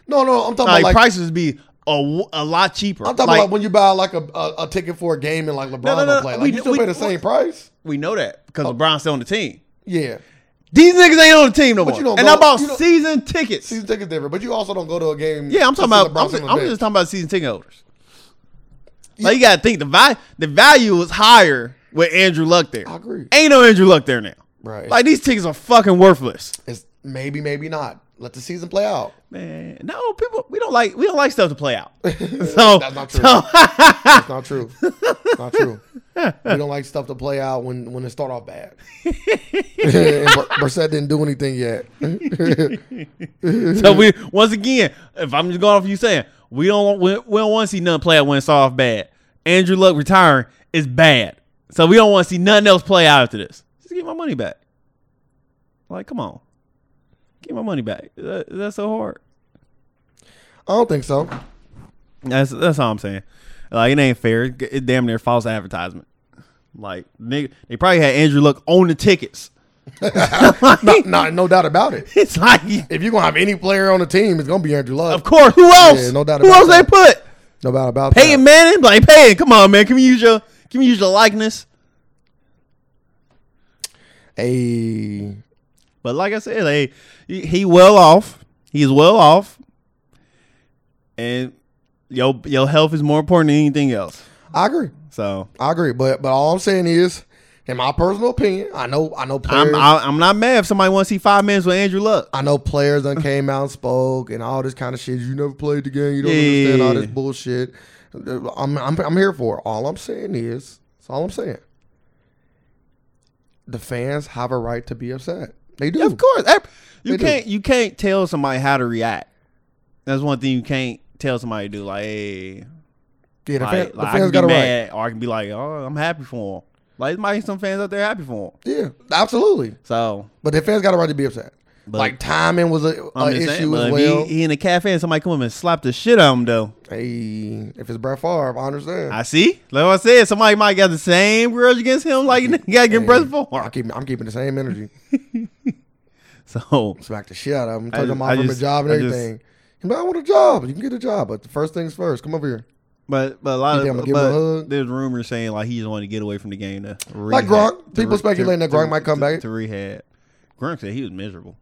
no, no, I'm talking Like, about like prices be a, w- a lot cheaper. I'm talking Like, about when you buy like a, a, a ticket for a game and like LeBron no, don't no, play, like we- you still we- pay the same price. we know that Oh. because LeBron's still on the team. Yeah, These niggas ain't on the team no But more. you don't and go- I bought you don't- season tickets. season tickets different, but you also don't go to a game. yeah, I'm to see talking about. LeBron I'm, sit just- on the I'm bench. just talking about season ticket holders. Like you gotta think the value the value is higher with Andrew Luck there. I agree. Ain't no Andrew Luck there now. Right. Like these tickets are fucking worthless. It's maybe, maybe not. Let the season [LAUGHS] play out. Man, no people. We don't like we don't like stuff to play [LAUGHS] out. So That's not true. so- It's not true. It's not true. We don't like stuff to play out when when it start off bad. [LAUGHS] And Bur- Brissett didn't do anything yet. [LAUGHS] So we once again, if I'm just going off you saying, we don't we, we don't want to see none play out when it's off bad. Andrew Luck retiring is bad. So we don't want to see nothing else play out after this. Just give my money back. Like, come on. Give my money back. That, that's so hard. I don't [LAUGHS] think so. That's that's all I'm saying. Like it ain't fair. It- It damn near false advertisement. Like nigga, they probably had Andrew Luck on the [LAUGHS] tickets. [LAUGHS] Not, not, no doubt about it. It's like, If you're gonna have any player on the team, it's gonna be Andrew Love. of course, who else? Yeah, no doubt who about else they that. put? No doubt about it. Peyton Manning, like Peyton, come on, man. Can we use your can we use your likeness? Hey, But like I said, like, he, he well off. He's well off, and your your health is more important than anything else. I agree. So I agree. But but all I'm saying is, in my personal opinion, I know I know players. I'm I, I'm not mad if somebody wants to see five minutes with Andrew Luck. I know players done came out and spoke and all this kind of shit. You never played the game. You don't Yeah, yeah, understand all this yeah. bullshit. I'm, I'm, I'm here for it. All I'm saying is, that's all I'm saying. The fans have a right to be upset. They do. Of course, ev- you They do. can't you can't tell somebody how to react. That's one thing you can't tell somebody to do. Like, hey, Yeah, the, like, fan, the like, I fans can be got a right. mad, or I can be like, oh, I'm happy for him. Like, there might be some fans out there happy for him. Yeah, absolutely. So But the fans got a right to be upset. But- like timing was a, a I'm just Uh, issue saying, but as if he- well. he, in a cafe and somebody come up and slap the shit out of him though. hey, if it's Brett Favre, I understand. I, I see. Like I said, somebody might got the same grudge against him, like [LAUGHS] you got against Brett Favre. keep, I'm keeping the same energy. [LAUGHS] So smack the shit out of him. I Took just- him I off from a just- job and I just- everything. He's like, I want a job. You can get a job, but the first things first. Come over here. but but a lot You think I'ma of give him a but hug? there's rumors saying like he just wanted to get away from the game to rehab, Gronk. to People speculating that Gronk might come to- back. to rehab. Gronk said he was miserable.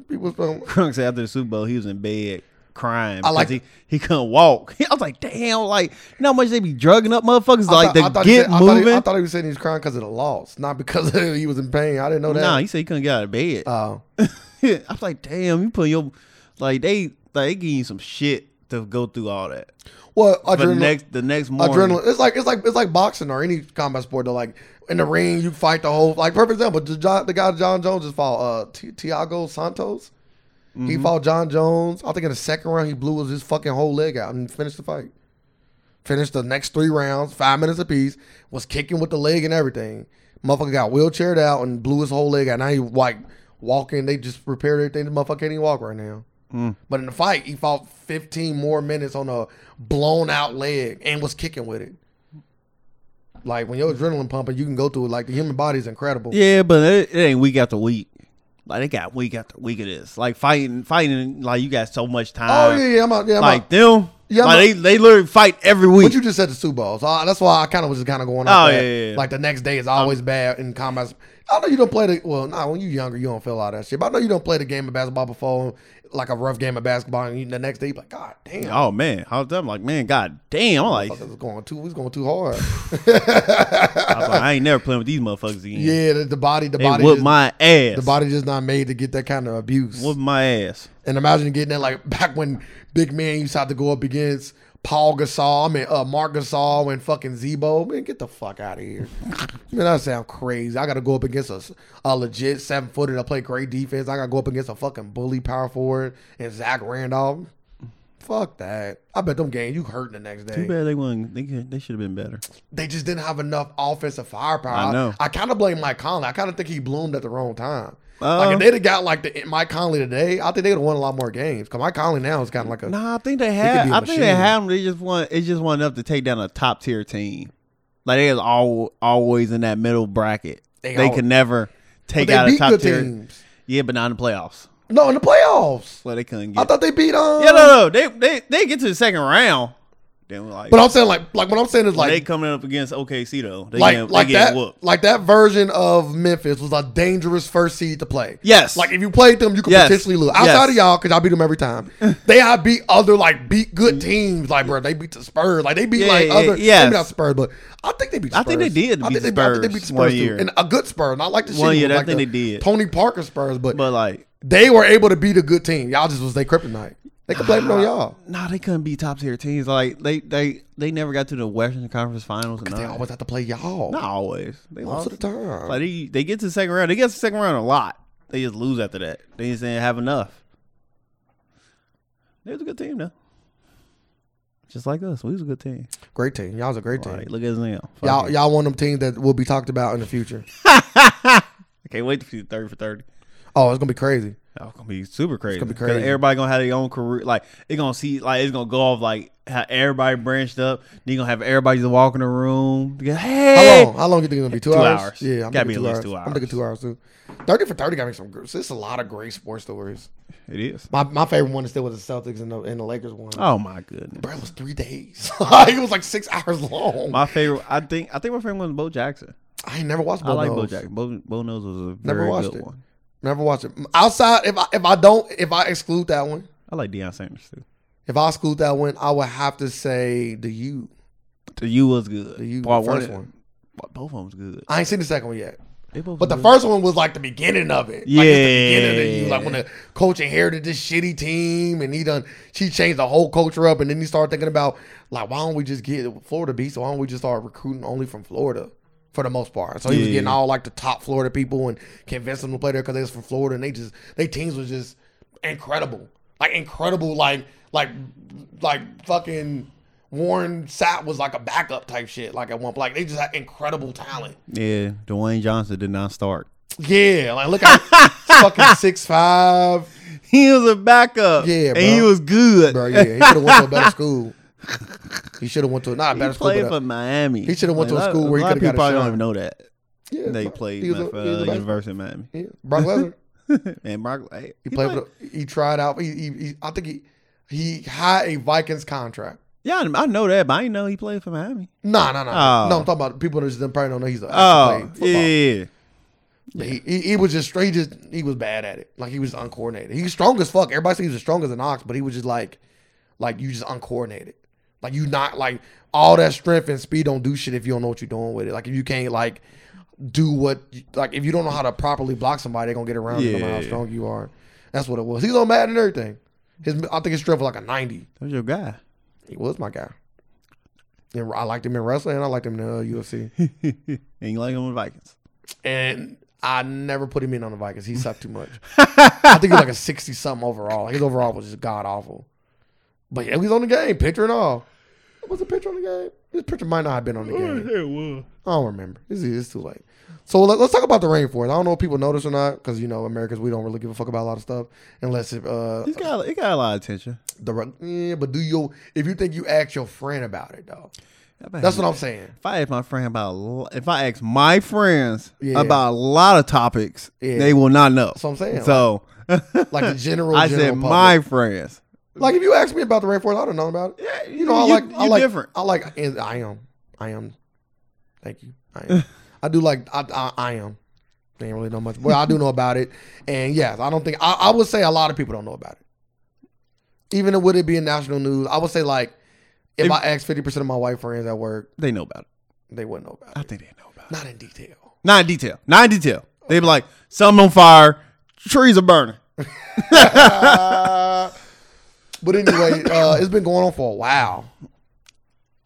[LAUGHS] People from Gronk said after the Super Bowl he was in bed crying. I because like- he, he couldn't walk. [LAUGHS] I was like, damn, like you know how much they be drugging up motherfuckers I like thought- I to thought he get said- I thought, moving. he, I thought he was saying he was crying because of the loss, not because [LAUGHS] he was in pain. I didn't know that. nah, he said he couldn't get out of bed. Oh. [LAUGHS] I was like, damn, you put your like they like they give you some shit to go through all that. well, But adrenaline. next the next morning, adrenaline. It's like it's like it's like boxing or any combat sport. That like in the ring, you fight the whole. Like perfect example, the, John, the guy John Jones just fought uh, Ti- Tiago Santos. Mm-hmm. He fought John Jones. I think in the second round, he blew his, his fucking whole leg out and finished the fight. Finished the next three rounds, five minutes apiece. Was kicking with the leg and everything. Motherfucker got wheelchaired out and blew his whole leg out. Now he like walking. They just repaired everything. The motherfucker can't even walk right now. Mm. But in the fight, he fought 15 more minutes on a blown out leg and was kicking with it. Like when your adrenaline pumping, you can go through it. Like the human body is incredible. Yeah, but it, it ain't week after week. Like they got week after week of this. Like fighting, fighting. Like you got so much time. Oh yeah, yeah. I'm out. Yeah, I'm out. Like them. Yeah, Yeah, I'm like a- they, they literally fight every week. But you just said the Super Bowl, so I, that's why I kind of was just kind of going. Oh, off yeah, that. yeah, Um, yeah. Like the next day is always bad in combat. I know you don't play the well. Nah, when you younger, you don't feel all that shit. But I know you don't play the game of basketball before, like a rough game of basketball, and you, the next day you be like, God damn, [LAUGHS] oh man, I was I'm like, man, god damn. I'm like, I, this is going too. It's going [SIGHS] too hard. was like, I ain't never playing with these motherfuckers again. yeah, the, the body, the they body, whooped just, my ass. the body just not made to get that kind of abuse. whooped my ass. And imagine getting that like [LAUGHS] back when big men used to have to go up against Paul Gasol, I mean uh, Mark Gasol and fucking Zebo. Man, get the fuck out of here. [LAUGHS] man, that sound crazy. I got to go up against a, a legit seven footer that play great defense. I got to go up against a fucking bully power forward and Zach Randolph. Fuck that. I bet them games you hurting the next Too day. bad they won. They could- they should have been better. They just didn't have enough offensive firepower. I know. I, kind of blame Mike Conley. I kind of think he bloomed at the wrong time. Uh, like if they'd have got like the Mike Conley today, I think they'd have won a lot more games. Cause Mike Conley now is kind of like a Nah, I think they had. be a I think they machine. had them. They just want. It just want enough to take down a top tier team. Like they was all always in that middle bracket. They They, always- could never take they out a beat top good tier. teams. Yeah, but not in the playoffs. No, in the playoffs. Well, they couldn't I get. thought they beat um. yeah, no, no. They they they get to the second round. Then like, But I'm saying like like what I'm saying is when they like coming up against OKC though. They like get, like they get that whooped. like that version of Memphis was a dangerous first seed to play. Yes. Like if you played them, you could Yes. potentially lose. Outside Yes. of y'all, because I beat them [LAUGHS] every time. they I beat other like beat good teams. Like bro, they beat the Spurs. Like they beat Yeah, like yeah, other. yes. Maybe not Spurs, but I think they beat. The I Spurs. think they did I beat think the they, I think they beat the Spurs Spurs one too. year. and a good Spurs, not like the shitty One year, I like think the they did. Tony Parker Spurs, but, but like, they were able to beat a good team. Y'all just was they kryptonite. They could blame it on y'all. nah, they couldn't beat top tier teams. Like they they they never got to the Western Conference Finals. and They all always have to play y'all Not always. They most lost. of the time. Like they, they get to the second round. They get to the second round a lot. They just lose after that. They just didn't have enough. They was a good team though. Just like us. We was a good team. great team. Y'all's a great team. Like, look at us now. Fuck Y'all, it. y'all one of them teams that will be talked about in the future. I can't wait to see the thirty for thirty. Oh, it's gonna be crazy. Oh, it's gonna be super crazy. gonna be 'Cause crazy. Everybody gonna have their own career. Like they gonna see. Like it's gonna go off. Like how everybody branched up. Then you gonna have everybody just walk in the room. They go, How Hey, long? How long you think it's gonna be? Two, Two hours? hours. Yeah, I'm Gotta thinking be at two least hours. two I'm thinking hours. two hours too. Thirty for thirty got me some groups. It's a lot of great sports stories. it is. My my favorite one is still with the Celtics and the and the Lakers one. Oh my goodness. Bro, it was three days. [LAUGHS] it was like six hours long. My favorite. I think. I think my favorite one was Bo Jackson. I ain't never watched. I Bo like Bo Knows. Jackson. Bo, Bo Knows was a Never very watched good it. one. Never watched it. Outside, if I if I don't if I exclude that one, I like Deion Sanders too. if I exclude that one, I would have to say the U. The U was good. The U, Part the first and- one. but Both of them was good. I ain't seen the second one yet. They both But the was first one was like the beginning of it. Like it's the beginning of the you. Yeah. Like when the coach inherited this shitty team and he done she changed the whole culture up and then he started thinking about like why don't we just get Florida beat, so why don't we just start recruiting only from Florida for the most part. So he was Yeah. getting all like the top Florida people and convinced them to play there because they was from Florida and they just they teams was just incredible. Like incredible like like like fucking Warren Sapp was like a backup type shit. Like at one like they just had incredible talent. good. Yeah, Dwayne Johnson did not start. [LAUGHS] Yeah, like look at fucking six five, He was a backup. Yeah, and he bro. was good. bro. Yeah, he should have went to [LAUGHS] a better school. He should have went to a not a He better school. played but for a- Miami. He should've went to a lot- school where he lot of could've people got a probably shot. don't even know that yeah, they bro. played He was a- for he was a uh, bas- University of Miami. [LAUGHS] Yeah, Brock Lesnar. and Brock, hey, He played. for the- He tried out. He, he, he- I think he he had a Vikings contract. yeah, I I know that, but I didn't know he played for Miami. Nah, nah, nah. Oh. No, I'm talking about people that just didn't probably don't know he's a Oh, yeah, yeah. yeah, yeah. He, he he was just straight. Just he was bad at it. Like he was uncoordinated. He's strong as fuck. Everybody said he was the strongest in Ox, but he was just like, like you just uncoordinated. Like you not like all that strength and speed don't do shit if you don't know what you're doing with it. Like if you can't like do what like if you don't know how to properly block somebody, they're gonna get around you no matter how Yeah. strong you are. That's what it was. He's on mad and everything. His I think his strength was like a ninety. That was your guy. [LAUGHS] He was my guy. And I liked him in wrestling and I liked him in the uh, UFC. and you like him with Vikings. and I never put him in on the Vikings. He sucked [LAUGHS] too much. I think he was like a sixty something overall. Like his overall was just god awful. But yeah, he was on the game, pitcher and all. Was the pitcher on the game? His pitcher might not have been on the game. I don't remember. It's, it's too late. So let, us talk about the rainforest. I don't know if people notice or not, because you know Americans, we don't really give a fuck about a lot of stuff unless it. Uh, He's got he got a lot of attention. the re- yeah, but do you? If you think you ask your friend about it though, that's what I'm saying. If I ask my friend about, a lo- if I ask my friends Yeah. about a lot of topics, Yeah. they will not know. That's what I'm saying. So [LAUGHS] Like the general. I general said public. my friends. Like if you asked me about the rainforest, I'd have known about it. Yeah, You know, I you- like I you like different. I like and I am I am. Thank you. I am. I do like I I, I am. I ain't really know much, but I do know about it. And yes, I don't think I, I would say a lot of people don't know about it. Even with it being national news, I would say like if, If- I asked fifty percent of my white friends at work, They know about it. they wouldn't know about I it. think they know about it. Not in detail. Not in detail. Not in detail. They be like, something on fire, trees are burning. Uh, but anyway, uh, it's been going on for a while.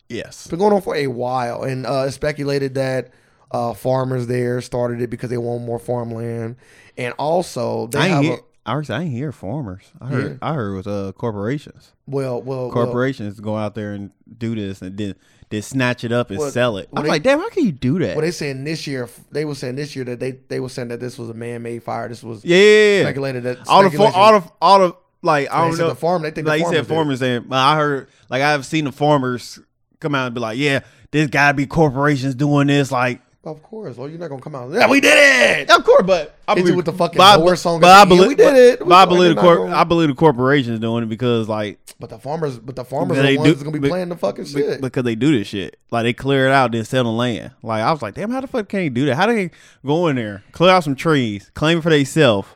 Yes. It's been going on for a while, and uh, it's speculated that uh, farmers there started it because they want more farmland, and also they I have ain't a, hear. I was- I ain't hear farmers. I heard. I heard it was uh, corporations. well, well, well, Corporations go out there and do this and then then snatch it up and Well, sell it. well, I'm they- like, damn, how can you do that? well, they saying this year they were saying this year that they they were saying that this was a man made fire. This was yeah, yeah, yeah. speculated that all the for, speculation. all the all the like I They don't said know the farm. They think like the you said farmers did it. farmers and but I heard like I've seen the farmers come out and be like, yeah, there's gotta be corporations doing this. Like, Of course, Lord, you're not gonna come out. Yeah, we did it. of course, but I Hit you believe with the fucking but I war be- song But at I the end. believe, We did it. We But I fucking believe the not corp- gonna- I believe the corporations doing it because like But the farmers, but the farmers They are the ones do- that's gonna be but- playing the fucking be- shit. because they do this shit. Like they clear it out, then sell the land. Like I was like, damn, how the fuck can they do that? How do they go in there, clear out some trees, claim it for themselves,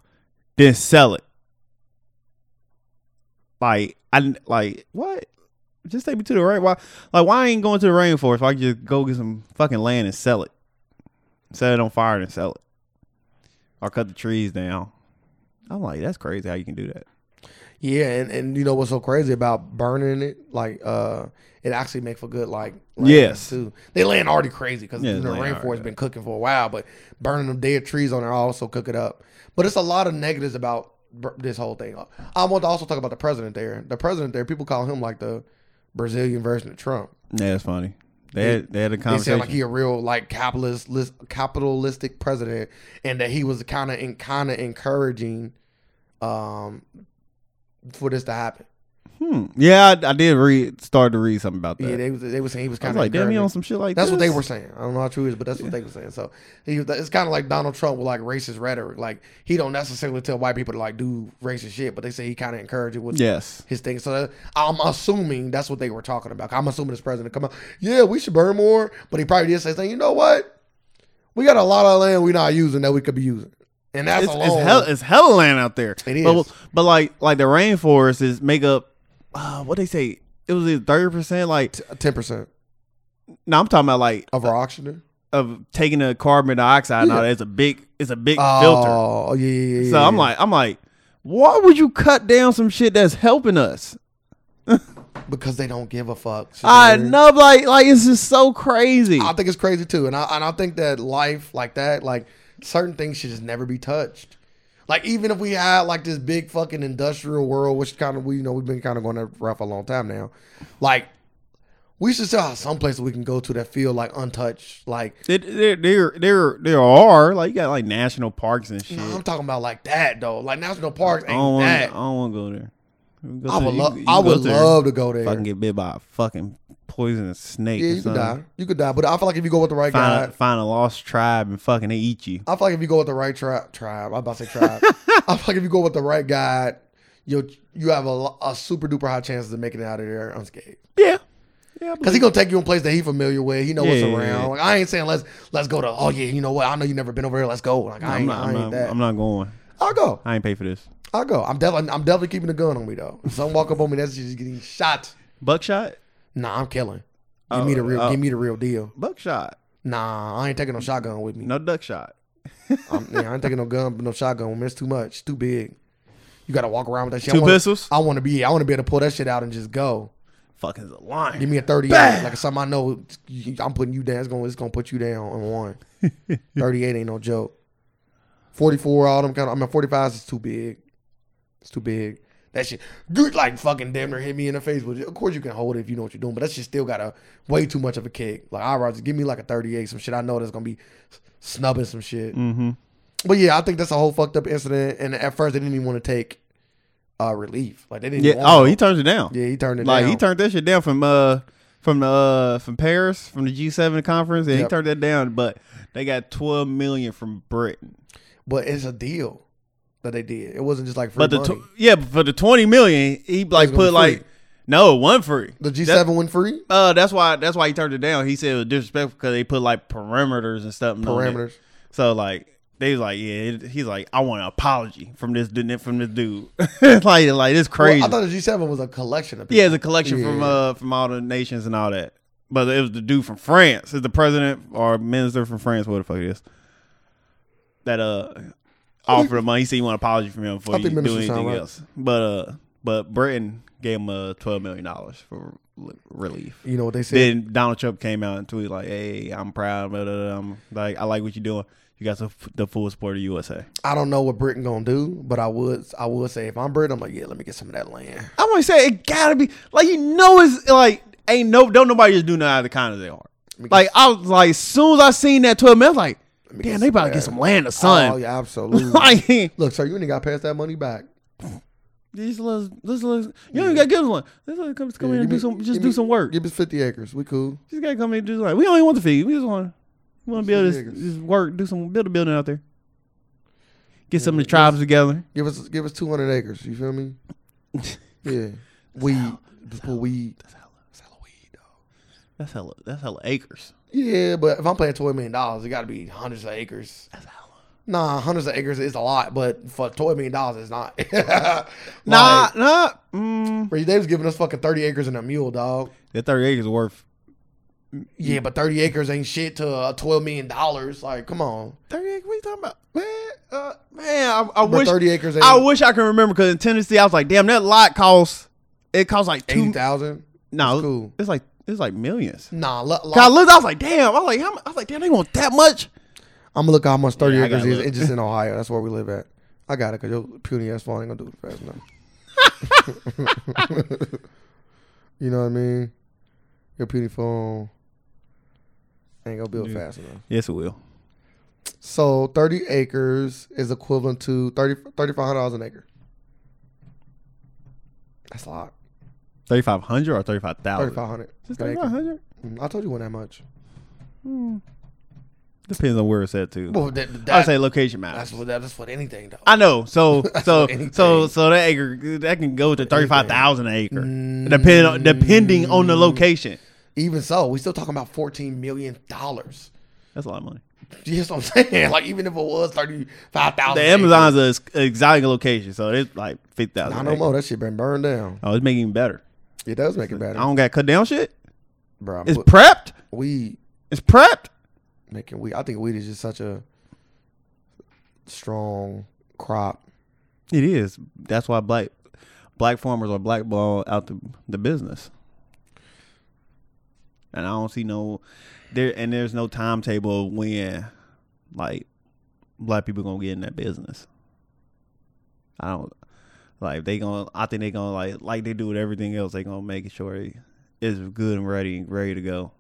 then sell it? Like I didn't- like what? Just take me to the right. Why? Like why I ain't going to the rainforest? Why I can just go get some fucking land and sell it? Set it on fire and sell it, or cut the trees down. I'm like, that's crazy how you can do that. yeah, and, and you know what's so crazy about burning it? Like, uh, it actually make for good like land Yes. too. They land already crazy because Yeah, the land rainforest already- been cooking for a while, but burning them dead trees on there also cook it up. But it's a lot of negatives about bur- this whole thing. I want to also talk about the president there. The president there, people call him like the Brazilian version of Trump. Yeah, that's funny. They had, they had a They conversation. sound like he a real like capitalist list, capitalistic president, and that he was kind of in kind of encouraging, um, for this to happen. Hmm. Yeah, I, I did read, start to read something about that. Yeah, they was they were saying he I was was kind of like, damn, he on some shit like That's this? what they were saying. I don't know how true it is, but that's what they were saying. So he, it's kind of like Donald Trump with like racist rhetoric. Like he don't necessarily tell white people to like do racist shit, but they say he kind of encouraged it with Yes. his thing. So that, I'm assuming that's what they were talking about. I'm assuming this president come out, yeah, we should burn more, but he probably did say, something, you know what? We got a lot of land we're not using that we could be using, and that's It's, a it's long. hell. It's hella land out there. It But, is. but like, like the rainforest is make up. Uh, what they say? It was thirty percent. Like, Ten percent no, I'm talking about like of our oxygen. of taking the carbon dioxide. Yeah. Now it's a big, it's a big filter. Oh, yeah, yeah, yeah. So I'm yeah. like, I'm like, why would you cut down some shit that's helping us? because they don't give a fuck. I Shanir. know, like, like it's just so crazy. I think it's crazy too, and I and I think that life like that, like certain things should just never be touched. Like even if we had like this big fucking industrial world, which kind of we you know we've been kind of going that route for a long time now, like we should still have some place we can go to that feel like untouched. Like It, there, there, there, there are like you got like national parks and shit. I'm talking about like that though, like national parks I don't ain't wanna, that. I don't want to go there. We go I to- would you- love, you I go would there, love to go there. Fucking get bit by a fucking poisonous snake. yeah, or you could something. die, you could die, but I feel like if you go with the right guy, Find a, find a lost tribe and fucking they eat you. I feel like if you go with the right tribe, tribe. I'm about to say [LAUGHS] tribe. I feel like if you go with the right guy, you you have a, lo- a super duper high chances of making it out of there unscathed. Yeah, yeah. Cause he gonna take you in a place that he familiar with. He know what's Yeah, yeah, around. yeah. Like I ain't saying let's let's go to. Oh yeah, you know what? I know you never been over here. Let's go. Like I'm I ain't, not. I I'm ain't not, that. I'm not going. I'll go. I ain't pay for this. I'll go. I'm definitely I'm definitely keeping a gun on me though. If someone walk up on me, that's just getting shot. Buckshot. Nah, I'm killing. Give me the Oh, real. oh. Give me the real deal. Buckshot. Nah, I ain't taking no shotgun with me. No duck shot. I'm, yeah, I ain't taking no gun, no shotgun with me. It's too much. It's too big. You gotta walk around with that shit. I Two wanna- pistols? I want to be. I want to be able to pull that shit out and just go. Fucking's a lion. Give me a thirty Bam! eight, like something I know. you- I'm putting you down. It's gonna it's gonna put you down on [LAUGHS] one. Thirty eight ain't no joke. Forty four, all them kind of. I mean, forty five is too big. It's too big. That shit, good like fucking damn near hit me in the face. But of course you can hold it if you know what you're doing. But that shit still got a way too much of a kick. Like I rather give me like a thirty eight, some shit I know that's gonna be snubbing some shit. Mm-hmm. But yeah, I think that's a whole fucked up incident. And at first, they didn't even want to take uh, relief. Like they didn't. Yeah. want Oh, he turns it down. yeah, he turned it like down. he turned that shit down from uh from the uh from Paris from the G7 conference and he Yep. turned that down but they got 12 million from Britain but it's a deal that they did. It wasn't just like free but the money. tw- yeah but for the 20 million he like gonna be put like free. no one free the G that- seven went free uh that's why that's why he turned it down he said it was disrespectful because they put like parameters and stuff on it. parameters. so like they was like yeah it- he's like I want an apology from this dude- from this dude [LAUGHS] like like it's Well, crazy I thought the G seven was a collection of people. Yeah, it's a collection from Yeah. uh from all the nations and all that. But it was the dude from France. It's the president or minister from France, what the fuck it is. That uh offered him money. He said he want an apology from him before I he think do minister sound anything right. else. But uh but Britain gave him uh twelve million dollars for li- relief. You know what they said? Then Donald Trump came out and tweeted like, "Hey, I'm proud. Blah, blah, blah. I'm like, I like what you're doing. You got the, f- the full support of USA. I don't know what Britain gonna do, but I would I would say if I'm Britain, I'm like, yeah, let me get some of that land. I want to say it gotta be like you know it's like ain't no don't nobody just do nothing out of the kindness they are. me Like I was like as soon as I seen that twelve man, I was like, me damn, get they some Oh, about to air. get some land or something. Oh yeah, [LAUGHS] absolutely. like Look, sir, you ain't got to pass that money back. Just let's, let's, let's, you don't even gotta give us one. Let's let him come, come Yeah, in and give do me- some, just give do me- some work. Give us 50 acres. We cool. just gotta come in and do some. We don't even want the fee. We just want, we want to be able to Niggas. just, just work, do some, build a building out there. Get some of the tribes together. Give us give us 200 acres. You [LAUGHS] feel me? yeah. Weed. Just put weed. That's hella, That's hella weed, dog. that's hella, that's hella acres. Yeah, but if I'm paying $12 million, it got to be hundreds of acres. That's hella. Nah, hundreds of acres is a lot, but for $12 million, it's not. [LAUGHS] Nah, Like, nah. Mm. Ray Davis giving us fucking 30 acres and a mule, dog. That thirty acres worth. Yeah, but 30 acres ain't shit to uh, $12 million. Like, come on. Thirty acres? What you talking about, man? Uh, man, I, I But wish 30 acres ain't I wish I can remember because in Tennessee, I was like, damn, that lot costs. It costs like two. 80,000. No, That's cool. it's like it's like millions. Nah, lo- lo- 'Cause I looked, I was like, damn. I was like, how, mu- I was like, damn, they want that much? I'm gonna look how much 30 Yeah, I acres gotta is look. It's just in Ohio. That's where we live at. I got it because your puny ass phone ain't gonna do it fast enough. [LAUGHS] [LAUGHS] you know what I mean? Your puny phone ain't gonna build fast enough. Yes, it will. So 30 acres is equivalent to 30 $3,500 an acre. That's a lot. Thirty five hundred or thirty five Oh, thousand. 3500 Just an thirty acre. five hundred. Mm, I told you it wasn't that much. Depends on where it's at too. Well, that, I would that, say location that's, matters. what, that's what anything, though. I know. [LAUGHS] So so anything. so so that acre that can go to thirty five thousand acre. Depend on depending on Mm. the location. Even so, we still talking about $14 million. That's a lot of money. [LAUGHS] You know what I'm saying? Like even if it was thirty five thousand, The Amazon's a s- exotic location, so it's like fifty I thousand. don't know. That shit been burned down. Oh, it's making even better. It does make it I better, don't got cut down shit. bro. It's but prepped. weed It's prepped. making weed. I think weed is just such a strong crop. It is. That's why black black farmers are blackballed out the the business. And I don't see no there and there's no timetable of when like black people gonna get in that business. I don't like they gonna I think they gonna like like they do with everything else, they gonna make sure it is good and ready and ready to go.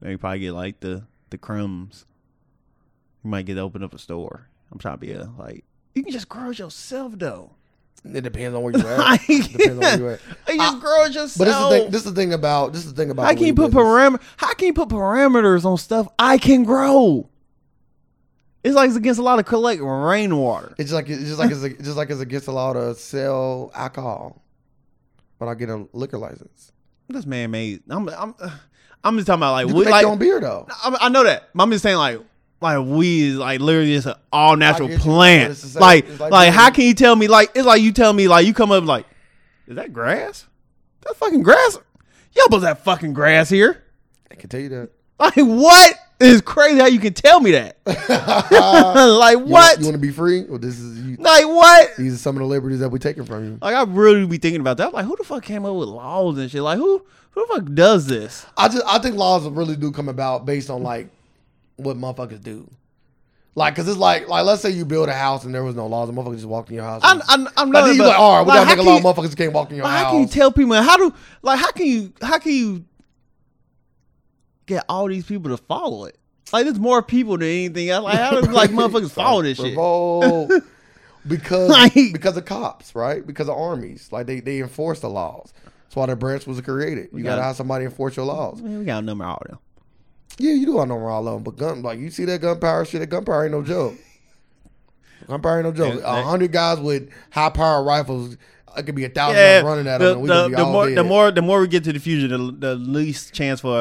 They probably get like the the crumbs. You might get to open up a store. I'm trying to be a like you can just grow it yourself though. It depends on where [LAUGHS] you at. Like, depends on where you at. you just grow it yourself. [LAUGHS] But this is the thing. This is the thing about this is the thing about. I the weed can put business. param- How can you put parameters on stuff I can grow? It's like it's against a lot of collect rainwater. It's just like it's just like it's a- just like it's against the law to sell alcohol when I get a liquor license. That's man made. I'm I'm [SIGHS] I'm just talking about like You can we make like your own beer though. I, I know that. but I'm just saying like like weed is like literally just an all natural get you, but plant. it's the same- Like it's like, like how weed. can you tell me like it's like you tell me like you come up like is that grass? That fucking grass? Y'all supposed to have fucking grass here? I can tell you that. [LAUGHS] Like what? It's crazy how you can tell me [LAUGHS] that. [LAUGHS] like You want- what? You want to be free? Well, this is you, like what? these are some of the liberties that we taking from you. Like I really be thinking about that. Like who the fuck came up with laws and shit? Like who who the fuck does this? I just I think laws really do come about based on like what motherfuckers do. Like, cause it's like, like let's say you build a house and there was no laws, and motherfuckers just walked in your house. I'm and- I'm, I'm like, not. then you like, all right, we like, gotta how make a can law. you- motherfuckers can't walk in your But house. how can you tell people? How do like how can you how can you get all these people to follow it? Like there's more people than anything else. Like how do [LAUGHS] like motherfuckers follow this shit? [LAUGHS] Revolt. because Like- because of cops, right? Because of armies, like they they enforce the laws. That's why the branch was created. You gotta got- have somebody enforce your laws. Man, we got a number all them. Yeah, you do. I know where I love, but gun like you see that gunpowder shit. That gunpowder ain't no joke. gunpowder ain't no joke. And A that- hundred guys with high power rifles. It could be a thousand Yeah, of them running at the, them. And we the, could be the all more dead. the more the more we get to the future, the, the least chance for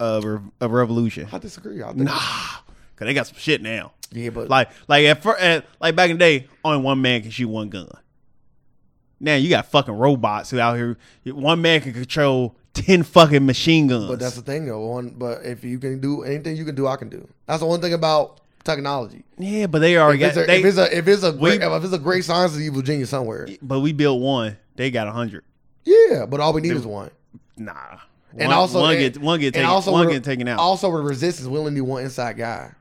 a, a, a, a revolution. I disagree. I think, Nah, Ah. cause they got some shit now. Yeah, but Like like at, fir- at like back in the day, only one man can shoot one gun. Now you got fucking robots who out here. One man can control ten fucking machine guns. but that's the thing though. One, but if you can do anything you can do, I can do. That's the one thing about technology. yeah, but they already If got. it's a, they, if it's a if it's a we- great, if it's a great science of evil genius somewhere, but we built one. They got a hundred. yeah. But all we need is one. Nah. One, And also one and- get one get and taken. also one with- get taken out. Also, with resistance, we only need one inside guy.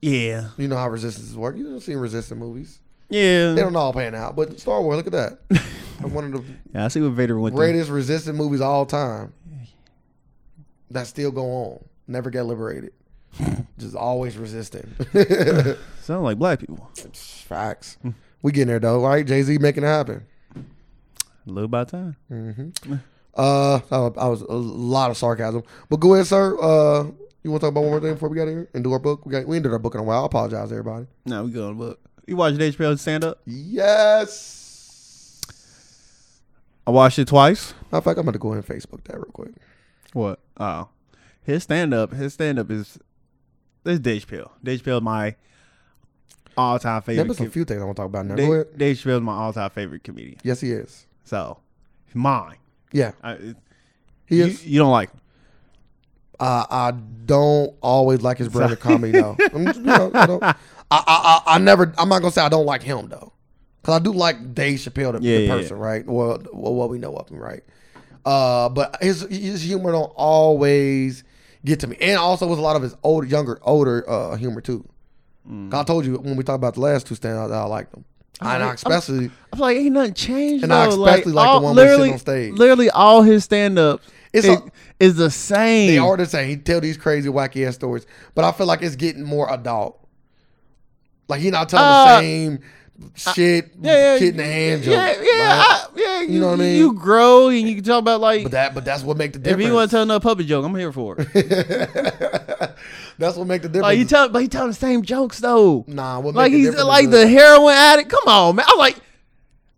yeah, You know how resistances work. You don't see resistance movies. yeah. They don't all pan out, but Star Wars, look at [LAUGHS] that. One of the yeah. I see what Vader went through. greatest resistance movies of all time. That still go on. Never [LAUGHS] get liberated. Just always resisting. [LAUGHS] Sound like black people. Facts. We getting there though, right? Jay Z making it happen. Little by time. Uh, I, I was a lot of sarcasm, but go ahead, sir. Uh, you want to talk about one more thing before we got here and do our book? We got we ended our book in a while. I apologize, everybody. No, we good. Look, you watched HBO stand up? Yes. I watched it twice. Matter of fact, I'm about to go ahead and Facebook that real quick. What? Oh, his stand up. His stand up is this Dave Chappelle. Dave Chappelle, my all time There favorite. was a Com- few things I want to talk about now. Go Dave, ahead. Dave Chappelle is my all time favorite comedian. Yes, he is. So mine. Yeah, I, it- he you, is. you don't like him. Uh, I don't always like his brand of [LAUGHS] comedy though. I'm just, you know, I, don't, I, I, I I never. I'm not gonna say I don't like him though, because I do like Dave Chappelle the, Yeah, the yeah, person, right? Well, well, what we know of him, right? Uh, but his his humor don't always get to me, and also with a lot of his older, younger, older uh, humor too. Mm. 'Cause I told you when we talked about the last two standouts that I liked them, and I like- especially I'm like, ain't nothing changed. And I though. especially like the one where he sit on stage. Literally, all his stand ups It's is, a- is the same. They are the same. He tell these crazy wacky ass stories, but I feel like it's getting more adult. Like he not telling the Uh, same shit, kid in the hand joke. Yeah, yeah, like, I- yeah. You, know what I mean? You grow and you can talk about like but that, but that's what make the if difference. you want to tell another puppy joke, I'm here for [LAUGHS] it. that's what make the difference. like you tell, but he telling the same jokes though. nah, what like make the he's difference like is the heroin addict. Come on, man. I'm like,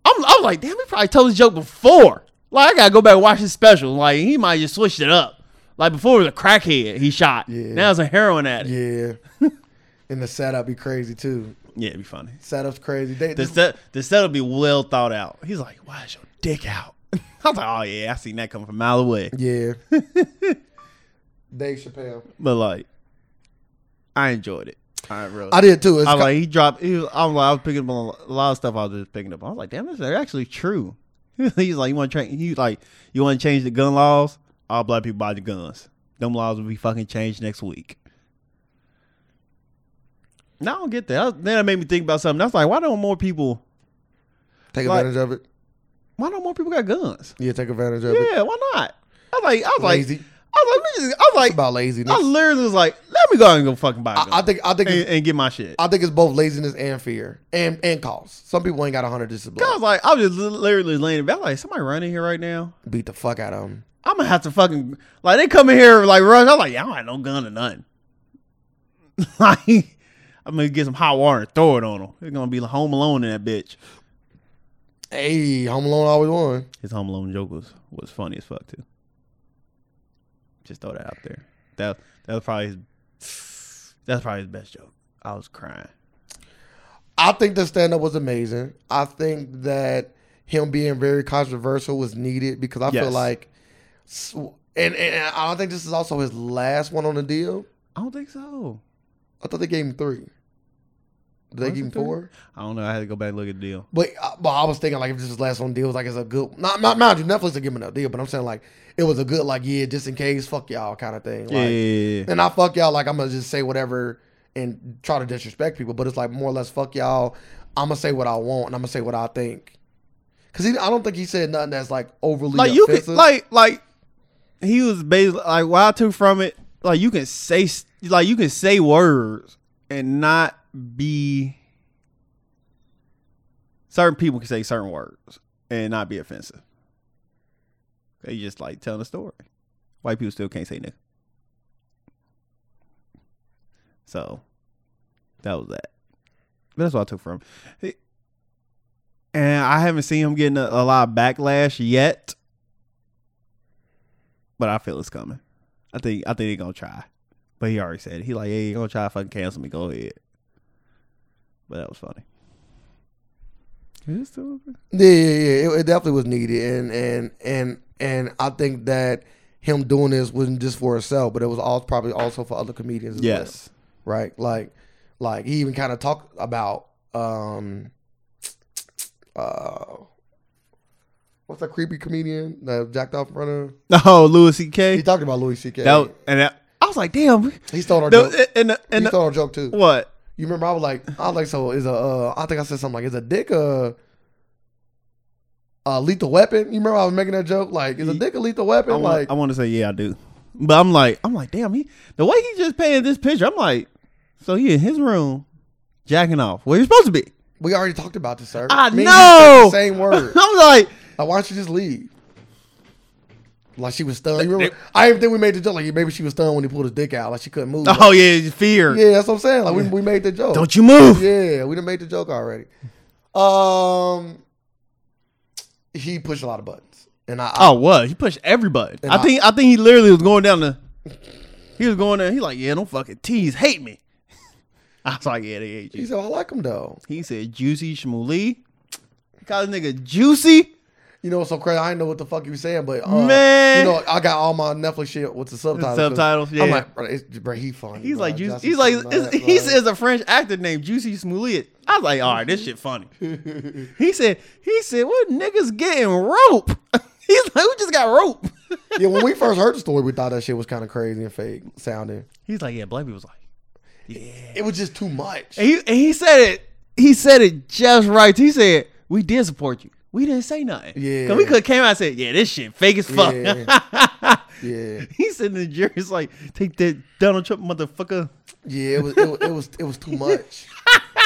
I'm, I'm like, damn. He probably told this joke before. Like I gotta go back and watch his special. Like he might just switched it up. Like before it was a crackhead he shot. Yeah. Now it's a heroin addict. [LAUGHS] yeah, and the setup be crazy too. Yeah, it'd be funny. Setup's crazy. They, The set, the set will be well thought out. He's like, why is your dick out? [LAUGHS] I was like, oh yeah, I seen that coming from a mile away. yeah, [LAUGHS] Dave Chappelle. But like, I enjoyed it. I really. I did too. It's I'm ki- like he dropped. He was, I'm like I was picking up on a lot of stuff. I was just picking up. on. I was like, damn, this is actually true. [LAUGHS] He's like, you want to change? You like you want to change the gun laws? All black people buy the guns. Them laws will be fucking changed next week. Now I don't get that. I- Then it made me think about something. That's like, why don't more people? take like- advantage of it. Why don't more people got guns? Yeah, take advantage of it. Yeah, why not? I was like, I was like, Lazy. I was like, let me just- I was like, About laziness. I literally was like, let me go out and go fucking buy a gun I, I think. I think. it's- and, and get my shit. I think it's both laziness and fear and and cost. Some people ain't got a hundred disabilities. I was like, I was just literally laying back. Like, somebody running here right now. Beat the fuck out of them. I'm gonna have to fucking like they come in here like rush. I'm like, yeah, I don't have no gun or nothing. [LAUGHS] like, I'm gonna get some hot water and throw it on them. They're gonna be home alone in that bitch. Hey, Home Alone always won. His home alone joke was was funny as fuck too. Just throw that out there. That that was probably his, that's probably his best joke. I was crying. I think the stand up was amazing. I think that him being very controversial was needed because I feel Yes. like, s- and, and I don't think this is also his last one on the deal. I don't think so. I thought they gave him three. Did they Was give it him three? four? I don't know. I had to go back and look at the deal. But uh, but I was thinking like if this is last on deal, it was like it's a good not not mind you Netflix are giving a deal, but I'm saying like it was a good like yeah just in case fuck y'all kind of thing. Like, yeah, yeah, yeah. and I fuck y'all like I'm gonna just say whatever and try to disrespect people, but it's like more or less fuck y'all. I'm gonna say what I want and I'm gonna say what I think. Cause he, I don't think he said nothing that's like overly like you offensive. can like like he was basically like what I took from it like you can say s- like you can say words and not be certain people can say certain words and not be offensive. They just like telling a story. White people still can't say nigga. So that was that. But that's what I took from. it. And I haven't seen him getting a, a lot of backlash yet. But I feel it's coming. I think I think they're gonna try. But he already said it. He like, hey, you gonna try to fucking cancel me, go ahead. But that was funny. Is it still open? yeah, yeah, yeah. It, it definitely was needed, and and and and I think that him doing this wasn't just for himself, but it was all probably also for other comedians. As well. Yes. [LAUGHS] right? Like, like he even kind of talked about um, uh, what's that creepy comedian that jacked off in front of? Oh, Louis He C.K. talked about Louis C.K. That was, and that, I was like, damn. he stole our joke. The, and the, and uh, he the, stole our joke too. what? You remember? I was like, I was like, so is a? Uh, I think I said something like, is a dick a? A lethal weapon. You remember I was making that joke. Like, is a Ye- dick a lethal weapon? I want, like, I want to say yeah, I do, but I'm like, I'm like, damn, he the way he just painted this picture, I'm like, so he in his room, jacking off where he's supposed to be. [LAUGHS] We already talked about this, sir. I Me and you said know. the same word. I'm like, Like, why don't you just leave? Like she was stunned. You remember? They- I even think we made the joke. Like maybe she was stunned when he pulled his dick out. Like she couldn't move. [LAUGHS] oh yeah, fear. Yeah, that's what I'm saying. Like we, we made the joke. Don't you move. Yeah, we done made the joke already. Um, he pushed a lot of buttons, and I, Oh what? He pushed every button. And I, I- think I think he literally was going down the. He was going there. He like, yeah, don't fucking tease, hate me. [LAUGHS] I was like, yeah, they hate he you. said I like him though. He said, juicy Shmuley. Call this nigga juicy. You know, it's so crazy. I didn't know what the fuck he was saying, but uh, Man. you know, I got all my Netflix shit with the subtitles. 'cause subtitles, I'm yeah. like, bro, it's, bro he funny. He's bro. like, juicy. Justin He's like, Timberlake, it's- he bro. says a French actor named Juicy Smollett. I was like, all right, this shit [LAUGHS] funny. he said, he said, what niggas getting rope? [LAUGHS] He's like, who just got rope? [LAUGHS] yeah. When we first heard the story, we thought that shit was kind of crazy and fake sounding. He's like, yeah, black people was like, yeah. It was just too much. And he, and he said it, he said it just right. He said, we did support you. We didn't say nothing. Yeah. 'Cause we could have came out and said, yeah, this shit fake as fuck. Yeah, [LAUGHS] He said in the jury, it's like, take that Donald Trump motherfucker. yeah. It was, it was, it was, it was too [LAUGHS] much.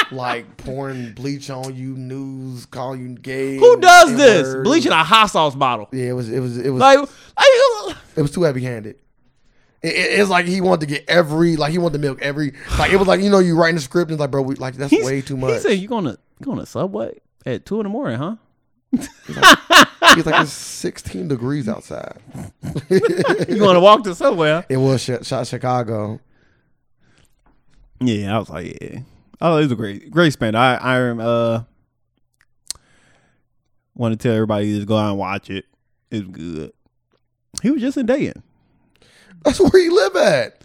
like pouring bleach on you, news calling you gay. Who does and this? word. Bleaching a hot sauce bottle. Yeah, it was, it was, it was. Like, like, It was too heavy handed. It, it- it's like he wanted to get every, like he wanted to milk every, like it was like you know you writing the script and it's like bro, we, like that's He's- way too He much. said, "You gonna you gonna subway at two in the morning, huh?" He's like it's sixteen degrees outside. You gonna walk to subway? Huh? It was shot, shot Chicago. Yeah, I was like, yeah. Oh, it was a great great spend. I I uh want to tell everybody to just go out and watch it. It's good. He was just in Dayton. That's where he live at.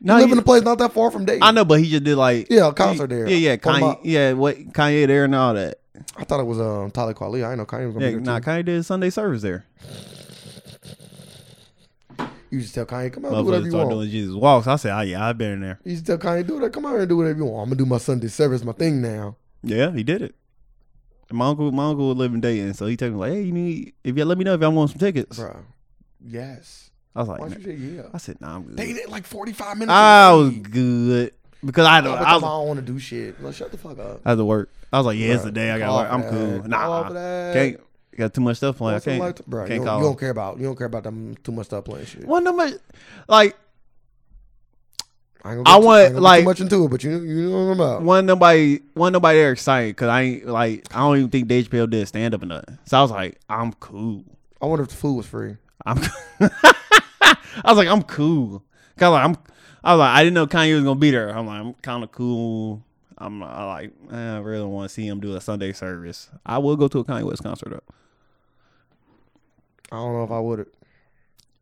No, he he, live in a place not that far from Dayton. I know, but he just did like Yeah, a concert there. Yeah, yeah, One of Kanye, my- yeah, what Kanye there and all that. I thought it was um Tyler Kweli. I didn't know Kanye was gonna Yeah, be there. nah, Not, Kanye did Sunday service there. you just tell Kanye, come out, do whatever Motherfuckers you started want. doing Jesus walks. I said, oh yeah, I've been in there. you just tell Kanye, do that. Come out here and do whatever you want. I'm gonna do my Sunday service, my thing now. Yeah, he did it. My uncle, my uncle would live in Dayton, so he told me like, "Hey, you need if you let me know if y'all want some tickets." Bro. Yes. I was Why like, don't "Nah." you say yeah? I said, "Nah, I'm good." They did like 45 minutes. I away. was good because I had to, All the I, time I was, don't want to do shit. Like, shut the fuck up. I had to work. I was like, "Yeah, it's Bruh, the day I got call work. I'm for cool. that. Call Nah, for that. can't got too much stuff playing. I Once in a can't, lifetime- bruh, can't you, don't, call. you don't care about you don't care about them too much stuff playing shit. well, no much. Like I, ain't I gonna want, get too, ain't gonna get like- too much into it, but you you know what I'm about. one nobody, one nobody there excited because I ain't like I don't even think Dave Chappelle did stand up or nothing. So I was like, "I'm cool. I wonder if the food was free. I'm. [LAUGHS] I was like, I'm cool. Cause like I'm. I was like, I didn't know Kanye was gonna be there. I'm like, I'm kind of cool. I'm I like, eh, I really want to see him do a Sunday service. I will go to a Kanye West concert though. I don't know if I would.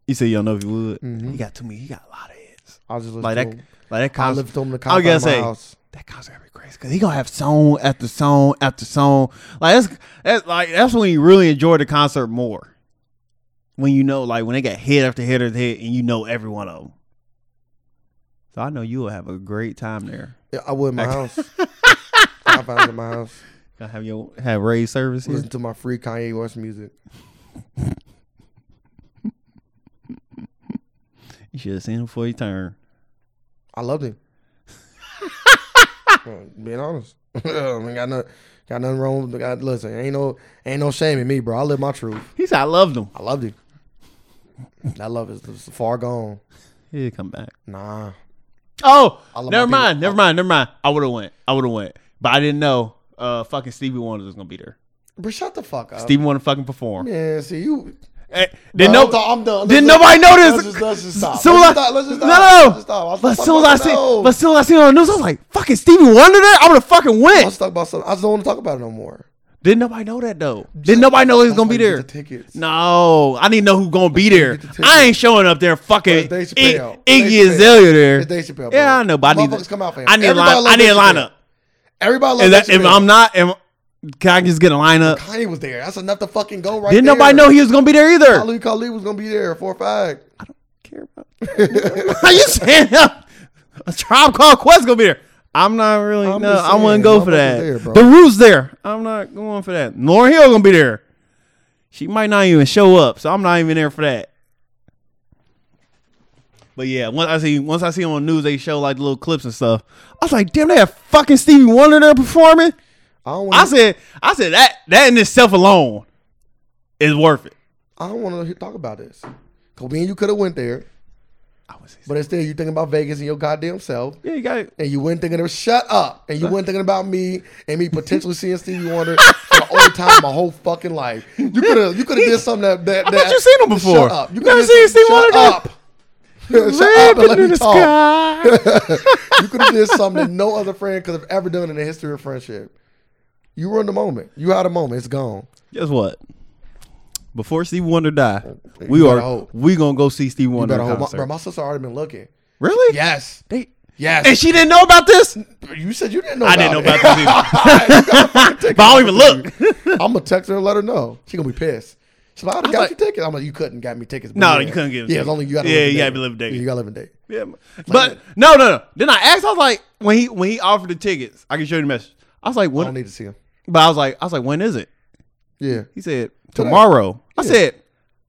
You said you don't know if you would. Mhm. He got too many. He got a lot of hits. I was just Like listening. that. Like that I concert. lived on I the was concert gonna of my say house. that concert gonna be crazy because he gonna have song after song after song. Like that's that's like that's when you really enjoy the concert more. When you know, like when they got hit after hit after hit, and you know every one of them. So I know you will have a great time there. Yeah, I would in [LAUGHS] my house. I found it in my house. Gonna have your have raised service here. Listen to my free Kanye West music. You should have seen him before he turned. I [LAUGHS] loved him. Uh, Being honest, [LAUGHS] I ain't got no, got nothing wrong. With, got, listen, ain't no, ain't no shame in me, bro. I live my truth. He said, "I loved him." I loved him. That love is is far gone. He'll come back. Nah, Oh, I love never my people. mind, never mind, never mind. I would have went. I would have went, but I didn't know. Uh, fucking Stevie Wonder was gonna be there. bro, shut the fuck up. Stevie Wonder fucking perform. Yeah, see you. Eh, didn't know. Bro, I'm done. I'm done. Didn't Let's- nobody notice? Let's just, let's just stop. Soon as let's, I- just stop. let's just no, no, stop. no. Let's just stop. I was But as talking soon about as I see, no. but as soon as I seen it on the news, I was like, "Fucking Stevie Wonder, there! I would have fucking I went." was talking about something. I just don't want to talk about it no more. Didn't nobody know that though? Didn't nobody know he was That's gonna why be you there? get The tickets. No, I need to know who's gonna be there. Get the ticket. I ain't showing up there, fucking But it's Ig- Dave Chappelle. Iggy Dave Chappelle. Azalea there. It's Dave Chappelle, bro. Yeah, I know, but I need Motherfuckers to- come out for him. I need a Everybody line. love I need a Dave Chappelle. lineup. Everybody loves If, that, that, if I'm not, am, can I just get a lineup? Kanye was there. That's enough to fucking go right Didn't there. nobody know he was gonna be there either? Khalid Khalid was gonna be there for a fact. care about. [LAUGHS] Are you saying a tribe called Quest gonna be there? I'm not really. I'm no, just I wouldn't saying, go for motherfuckers that. there, bro. the Root's there. I'm not going for that. Lauren Hill gonna be there. She might not even show up, so I'm not even there for that. But yeah, once I see once I see on the news they show like little clips and stuff, I was like, damn, they have fucking Stevie Wonder there performing. I don't I want. said, I said that that in itself alone is worth it. I don't want to talk about this. Cause me and you could have went there, I would say, but instead you thinking about Vegas and your goddamn self, yeah, you got it. and you weren't thinking of shut up, and you weren't thinking about me and me potentially seeing Stevie Wonder for the only time of my whole fucking life. You could have. You could have did something that. that, I that thought you seen him before. Shut up. You coulda never did seen something- Stevie Wonder Shut up. [LAUGHS] shut up and let Rapping in me the talk. [LAUGHS] sky. you could have did something that no other friend could have ever done in the history of friendship. You were in the moment. You had a moment. It's gone. Guess what? Before Steve Wonder die, we You better are hope. we gonna go see Steve Wonder But I hope my, concert. bro, my sister already been looking. really? Yes. They- Yes. and she didn't know about this. you said you didn't know. I didn't know it. about this [LAUGHS] either. but I don't even look. I'm gonna text her and let her know. She gonna be pissed. She's like, I got like- you tickets. I'm like, you couldn't got me tickets. but No, yeah. you couldn't get me Yeah, tickets. it's only you gotta. Yeah, live in you gotta Dayton. be live in Dayton. Yeah, you gotta live in Dayton. Yeah, but no, no, no. Then I asked. I was like, when he when he offered the tickets, I can show you the message. I was like, I when? don't need to see him. but I was like, I was like, when is it? Yeah. He said tomorrow. I said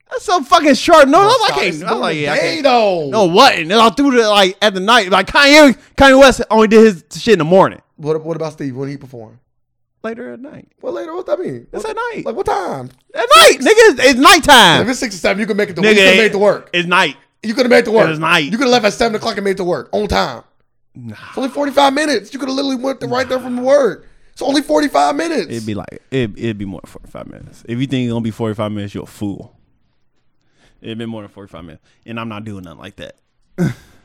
that's so fucking short notice. Oh, I was like, I It's can't. I was like, during yeah, I the can't. day, though. No, what? And then I threw it like at the night. Like Kanye, Kanye West only did his shit in the morning. What, what about Steve when he performed? Later at night. Well, later, what that mean? It's What- at night. Like what time? At night, nigga. It's, it's If nighttime. it's six or seven, you can make it to work. Nigga, You can it- make it to work. It's night. You could have made it to work. was night. You could have left at seven o'clock and made it to work on time. Nah. It's only forty five minutes. You could have literally went to right there from work. It's only forty five minutes. It'd be like it. It'd be more than forty five minutes. If you think it's gonna be forty five minutes, you're a fool. It'd be more than forty five minutes, and I'm not doing nothing like that.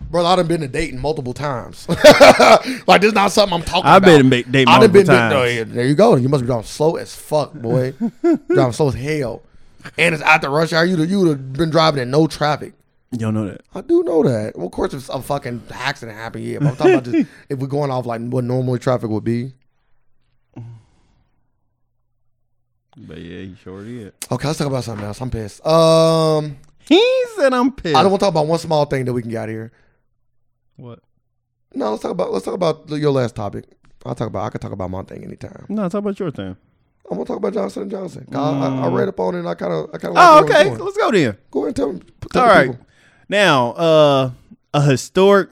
Bro, I done been to Dayton multiple times. [LAUGHS] like, this is not something I'm talking I've about. been to Ma- Dayton I done multiple been to- times. oh, yeah, there you go. You must be driving slow as fuck, [LAUGHS] boy. driving slow as hell. And it's after rush hour. You'd you have been driving in no traffic. You don't know that. I do know that. Well, of course, if a fucking accident happened, yeah. But I'm talking about [LAUGHS] just if we're going off like what normally traffic would be. But yeah, he sure did. Okay, let's talk about something else. I'm pissed. Um, He said I'm pissed. I don't want to talk about one small thing that we can get out of here. what? No, let's talk about let's talk about your last topic. I'll talk about I could talk about my thing anytime. No, talk about your thing. I'm gonna talk about Johnson and Johnson. 'Cause I, I, I read up on it. and I kind of I Mm. kind of. Oh, okay. Let's go then. Go ahead and tell Oh, me. All right. Now, uh, a historic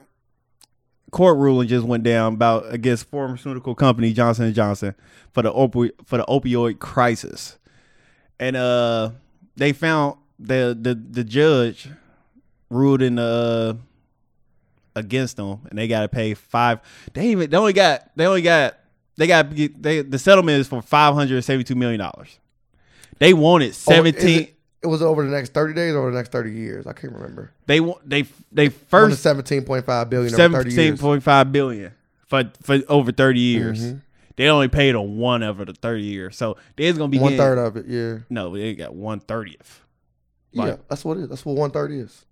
court ruling just went down about against pharmaceutical company Johnson and Johnson for the opi- for the opioid crisis, and uh, they found the the the judge ruled in uh against them, and they got to pay five. They even they only got they only got they got they the settlement is for five hundred seventy two million dollars. They wanted seventeen. it, it was over the next 30 days or over the next 30 years. I can't remember. they want they they First first 17.5 billion over 30 seventeen years. Mm-hmm. point five billion for for over thirty years. They only paid on one over the thirty years, so there's gonna be One getting- third of it. Yeah. No, they got one thirtieth. yeah. That's what it is. That's what one third is.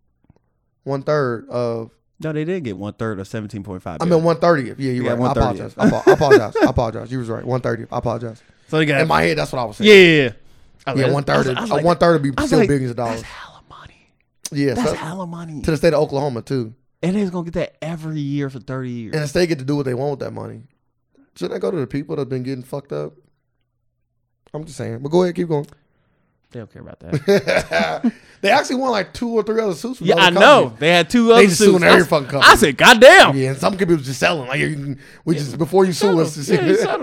One third of. No, they did get one third of seventeen point five. I mean one thirtieth. Yeah, you're Yeah, right. I 1/30th. apologize. I apo- I apologize. I apologize. You was right. One thirtieth. I apologize. so they got In my head, that's what I was saying. yeah, yeah, yeah. I was Yeah, like, one third. I was- I was uh, like, one third would I be was still like, billions of That's dollars. hella money. Yeah, That's so- hella money. to the state of Oklahoma too. And they're gonna get that every year for thirty years. And the state get to do what they want with that money. Shouldn't that go to the people that have been getting fucked up? I'm just saying. But go ahead, keep going. They don't care about [LAUGHS] that. they actually won like two or three other suits. From yeah, I other know. companies. They had two other just suits. suing I every s- fucking I company. said, God damn. Yeah, and some people just selling. Like you can, we just before you sue us, just-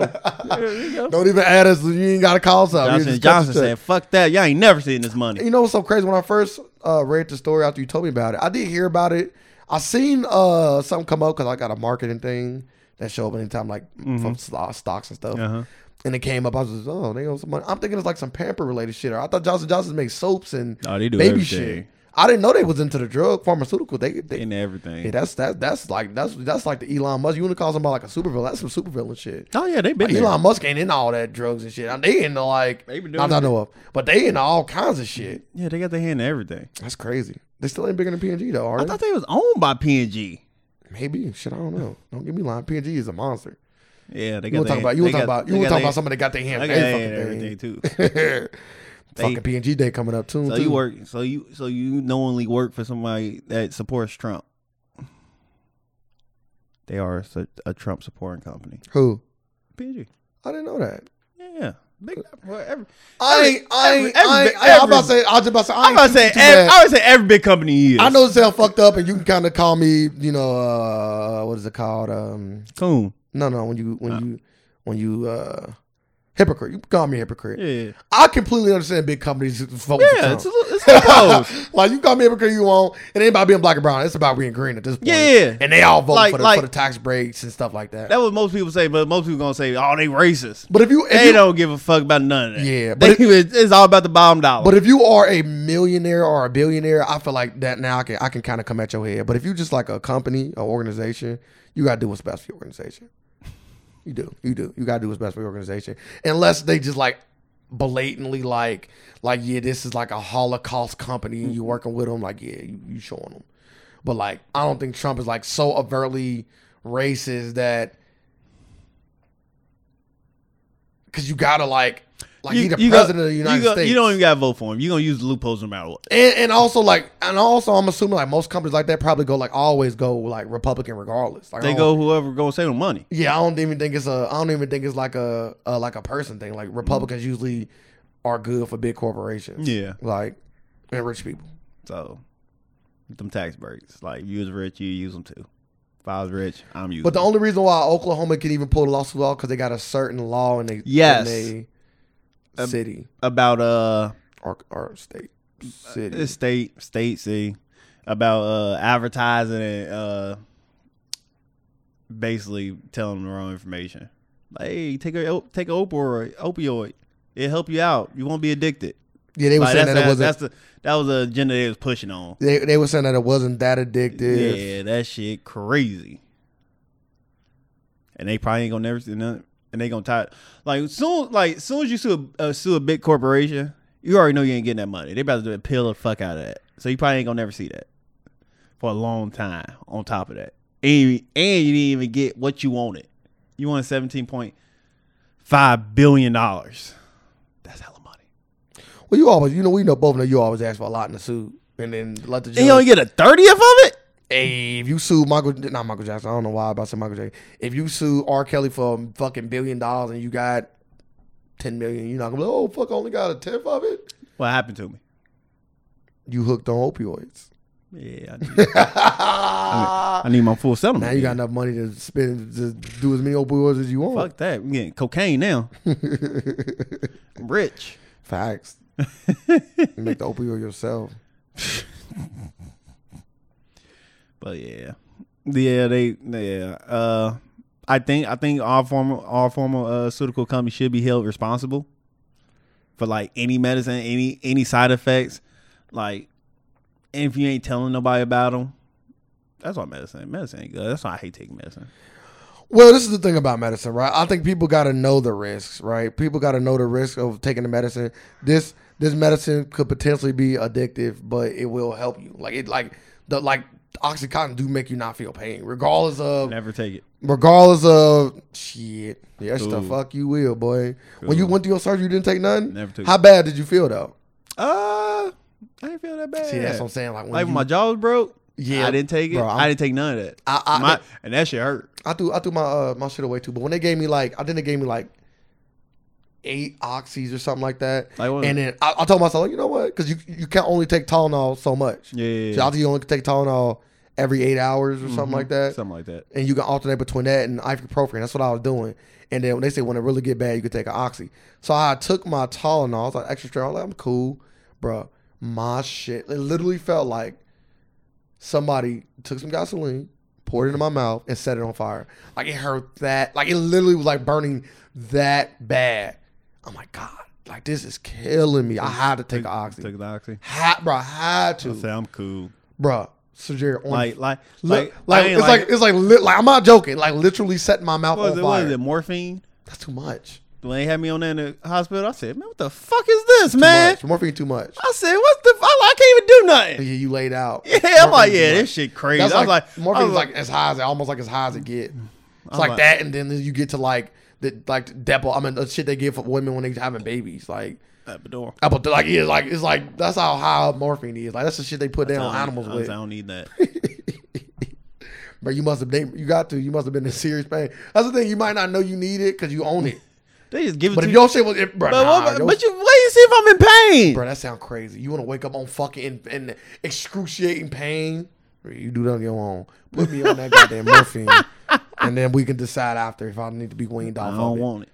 [LAUGHS] don't even add us. You ain't got to call something. You Johnson just cut Johnson the check. said, "Fuck that! Y'all ain't never seen this money." You know what's so crazy? When I first uh, read the story after you told me about it, I did hear about it. I seen uh, something come up because I got a marketing thing that showed up anytime like from sto- stocks and stuff. Mm-hmm. Uh-huh. And it came up. I was just, oh, they owe some money. I'm thinking it's like some pamper related shit. Or I thought Johnson Johnson made soaps and Oh, they do baby everything. shit. I didn't know they was into the drug pharmaceutical. They, they In everything. yeah, that's that that's like that's that's like the Elon Musk. You want to call somebody like a supervillain? That's some supervillain shit. Oh yeah, they been Like, there. Elon Musk ain't in all that drugs and shit. They into like They been not doing that I know of, but they into all kinds of shit. Yeah, they got their hand in everything. That's crazy. They still ain't bigger than PNG though, are I they? thought they was owned by PNG. Maybe shit. I don't know. Don't get me lying. PNG is a monster. Yeah, they got. You want to their- talk about they you want to talk got- about you they want got to talk about their- somebody that got their hand They in got their hand in every everything fucking too. thing. They- [LAUGHS] Fucking PNG day coming up soon. So [LAUGHS] too. you work. So you. So you knowingly work for somebody that supports Trump. They are a, su- a Trump supporting company. Who? PNG. I didn't know that. Yeah. Big, well, every, I ain't. I every- ain't. I ain't. every- I- I'm about to every- say. I was about to say. I I'm about to say. ain't too Every, bad. I would say every big company is. I know it's all fucked up, and you can kind of call me, you know, uh, what is it called? Um, Coon. no, no, when you when you when you uh, Hypocrite. You can call me a hypocrite. Yeah, I completely understand big companies voting for yeah, Trump. it's a little, it's [LAUGHS] close. like you call me a hypocrite you want, it ain't about being black or brown. It's about being green at this point. Yeah. and they all vote Like- for, the, like- for the tax breaks and stuff like that. That what most people say, but most people gonna say, "Oh, they racist." but if you, if They you don't give a fuck about none of that. Yeah, but but it's all about the bottom dollar. but if you are a millionaire or a billionaire, I feel like that now I can I can kind of come at your head. But if you just like a company or organization, you gotta do what's best for your organization. You do, you do, you gotta do what's best for your organization. Unless they just like blatantly like like yeah, this is like a Holocaust company Mm-hmm. and you working with them. Like yeah, you, you showing them. But like I don't think Trump is like so overtly racist that because you gotta like like he the go- president of the United you go- States. You don't even gotta vote for him. You're gonna use the loopholes no matter what. And, and also like and also I'm assuming like most companies like that probably go like always go like Republican regardless. Like I They go don't- whoever gonna save the money. Yeah, I don't even think it's a I don't even think it's like a, a like a person thing. Like Republicans usually are good for big corporations. Yeah. Like and rich people. So them tax breaks. Like if you was rich, you use them too. If I was rich, I'm using. But the them. only reason why Oklahoma can even pull the lawsuit law because they got a certain law in they Yes. in they Um, city about uh or, or state city. it's state state see about uh advertising and uh basically telling them the wrong information. Like hey, take a op- take a opioid opioid. It help you out. You won't be addicted. yeah, they were Like, saying that's, that it the, that's wasn't. the that was the agenda they was pushing on. They, they were saying that it wasn't that addictive. Yeah, that shit crazy. And they probably ain't gonna never see nothing. And they gonna tie like soon like soon as you sue a, uh, sue a big corporation, you already know you ain't getting that money. They about to pill the fuck out of that. So you probably ain't gonna never see that for a long time. On top of that, and, and you didn't even get what you wanted. You wanted seventeen point five billion dollars. That's hella money. Well, you always, you know, we know both know you always ask for a lot in the suit, and then let the And you only judge. get a thirtieth of it. Hey, if you sue Michael, not Michael Jackson. I don't know why I about to say Michael Jackson. If you sue R. Kelly for a fucking billion dollars and you got ten million, you're not gonna be like, oh fuck, I only got a tenth of it. What happened to me? You hooked on opioids. [LAUGHS] Yeah, I need, I need my full settlement. now you yeah. got enough money to spend to do as many opioids as you want. Fuck that. I'm getting cocaine [LAUGHS] now. I'm rich. Facts. Make the opioid yourself. But yeah. Yeah, they yeah. Uh I think I think all formal all formal uh pharmaceutical companies should be held responsible for like any medicine, any any side effects. Like and if you ain't telling nobody about them, that's why medicine. Medicine ain't good. That's why I hate taking medicine. Well, this is the thing about medicine, right? I think people got to know the risks, right? People got to know the risk of taking the medicine. This this medicine could potentially be addictive, but it will help you. Like it, like the like OxyContin do make you not feel pain, regardless of Never take it. regardless of shit. Yeah, that's the Cool. fuck you will, boy. When you Cool. went through your surgery, you didn't take nothing. Never took How bad did you feel though? Uh I didn't feel that bad. See, that's what I'm saying. Like when Like you, when my jaw was broke, Yeah, yeah, I didn't take it. bro, I'm- I didn't take none of that. I- I- My- and that shit hurt. I threw I threw my uh, my shit away too. But when they gave me like, I think they gave me like eight oxys or something like that. Like what? and then I, I told myself, like, you know what? Because you you can only take Tylenol so much. Yeah, yeah, Mm-hmm. So I yeah. think you only can take Tylenol every eight hours or something like that. something like that. and you can alternate between that and ibuprofen. That's what I was doing. And then when they say when it really get bad, you can take an oxy. So I took my Tylenol. I was like extra strong. I was like, I'm cool, bro. My shit. It literally felt like somebody took some gasoline, poured it into my mouth, and set it on fire. Like it hurt that. Like it literally was like burning that bad. I'm like, God, like this is killing me. I had to take an oxy. Took the oxy. Had, bro, I had I to, said I'm cool. bro. So Jerry, on Like like like, like, like I ain't it's like, it's like lit, like I'm not joking. Like literally setting my mouth what on was it, what fire. was it morphine? That's too much. When they had me on there in the hospital, I said, man, what the fuck is this, Too man? much. morphine too much. I said, what the fuck? I can't even do Yeah, nothing. you laid out. [LAUGHS] Yeah, I'm Morphine like, too yeah, much. this shit crazy. That's I was like, like, I morphine's was like as high as almost like as high as it get. It's like, like- that, and then you get to like the like the depo. I mean, the shit they give for women when they having babies, like. Epidural. up a- Like yeah, like it's like that's how high morphine is. Like that's the shit they put I down don't- on animals I, was with. like, I don't need [LAUGHS] that. But you must have they, you got to you must have been in serious pain. That's the thing you might not know you need it because you own [LAUGHS] it. They just give it But to if you. your shit was, if, bro, But, nah, what, your but you wait and see if I'm in pain. Bro, that sound crazy. You want to wake up on fucking in, in excruciating pain? You do that on your own. Put me on that goddamn morphine, and then we can decide after if I need to be weaned I off. don't of it. want it.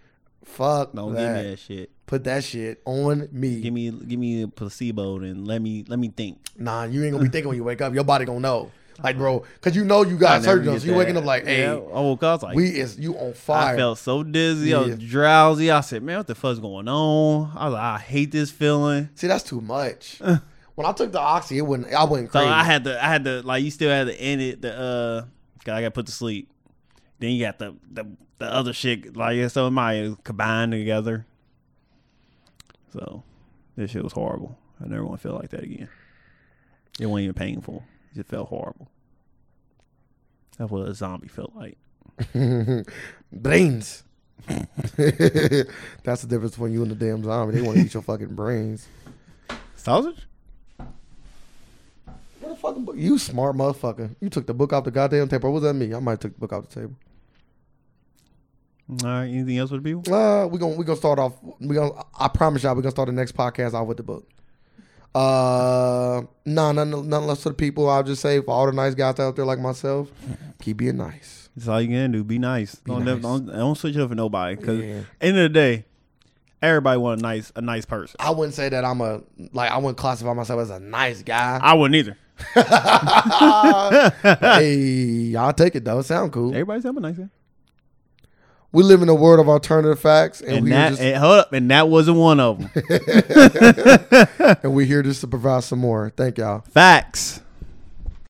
Fuck Don't that. give me that shit. Put that shit on me. Give me give me a placebo and let me let me think. nah, you ain't gonna be thinking when you wake up. Your body gonna know. Like, bro, cause you know you got surgery. done, So you waking up like, hey, Yeah, I woke up I was like, we is you on I fire. felt so dizzy. I Yeah. was drowsy. I said, man, what the fuck's going on? I was like, I hate this feeling. See, that's [LAUGHS] too much. when I took the oxy, it wouldn't. I wouldn't So crazy. I had to, I had to, like, you still had to end it. The uh, 'cause I got put to sleep. Then you got the the, the other shit like yeah, so am I combined together. So this shit was horrible. I never want to feel like that again. It wasn't even painful. It just felt horrible. That's what a zombie felt like. brains. that's the difference between you and the damn zombie. They want to eat your fucking brains. Sausage? What the fucking book? You smart motherfucker. You took the book off the goddamn table. What was that me? I might have took the book off the table. All right. Anything else for the people? Uh, we gonna we gonna start off. We gonna. I promise y'all, we are gonna start the next podcast off with the book. Uh, no, none, none less for the people. I'll just say for all the nice guys out there like myself, keep being nice. That's all you can do. Be nice. don't, never- nice. don't don't switch up for nobody. Cause Yeah. end of the day, everybody want a nice a nice person. I wouldn't say that I'm a like I wouldn't classify myself as a [LAUGHS] nice guy. I wouldn't either. hey, I'll take it though. It sound cool. Everybody's having a nice guy. We live in a world of alternative facts, and, And we that are just, and, hold up, and that wasn't one of them. and we here just to provide some more. Thank y'all. Facts.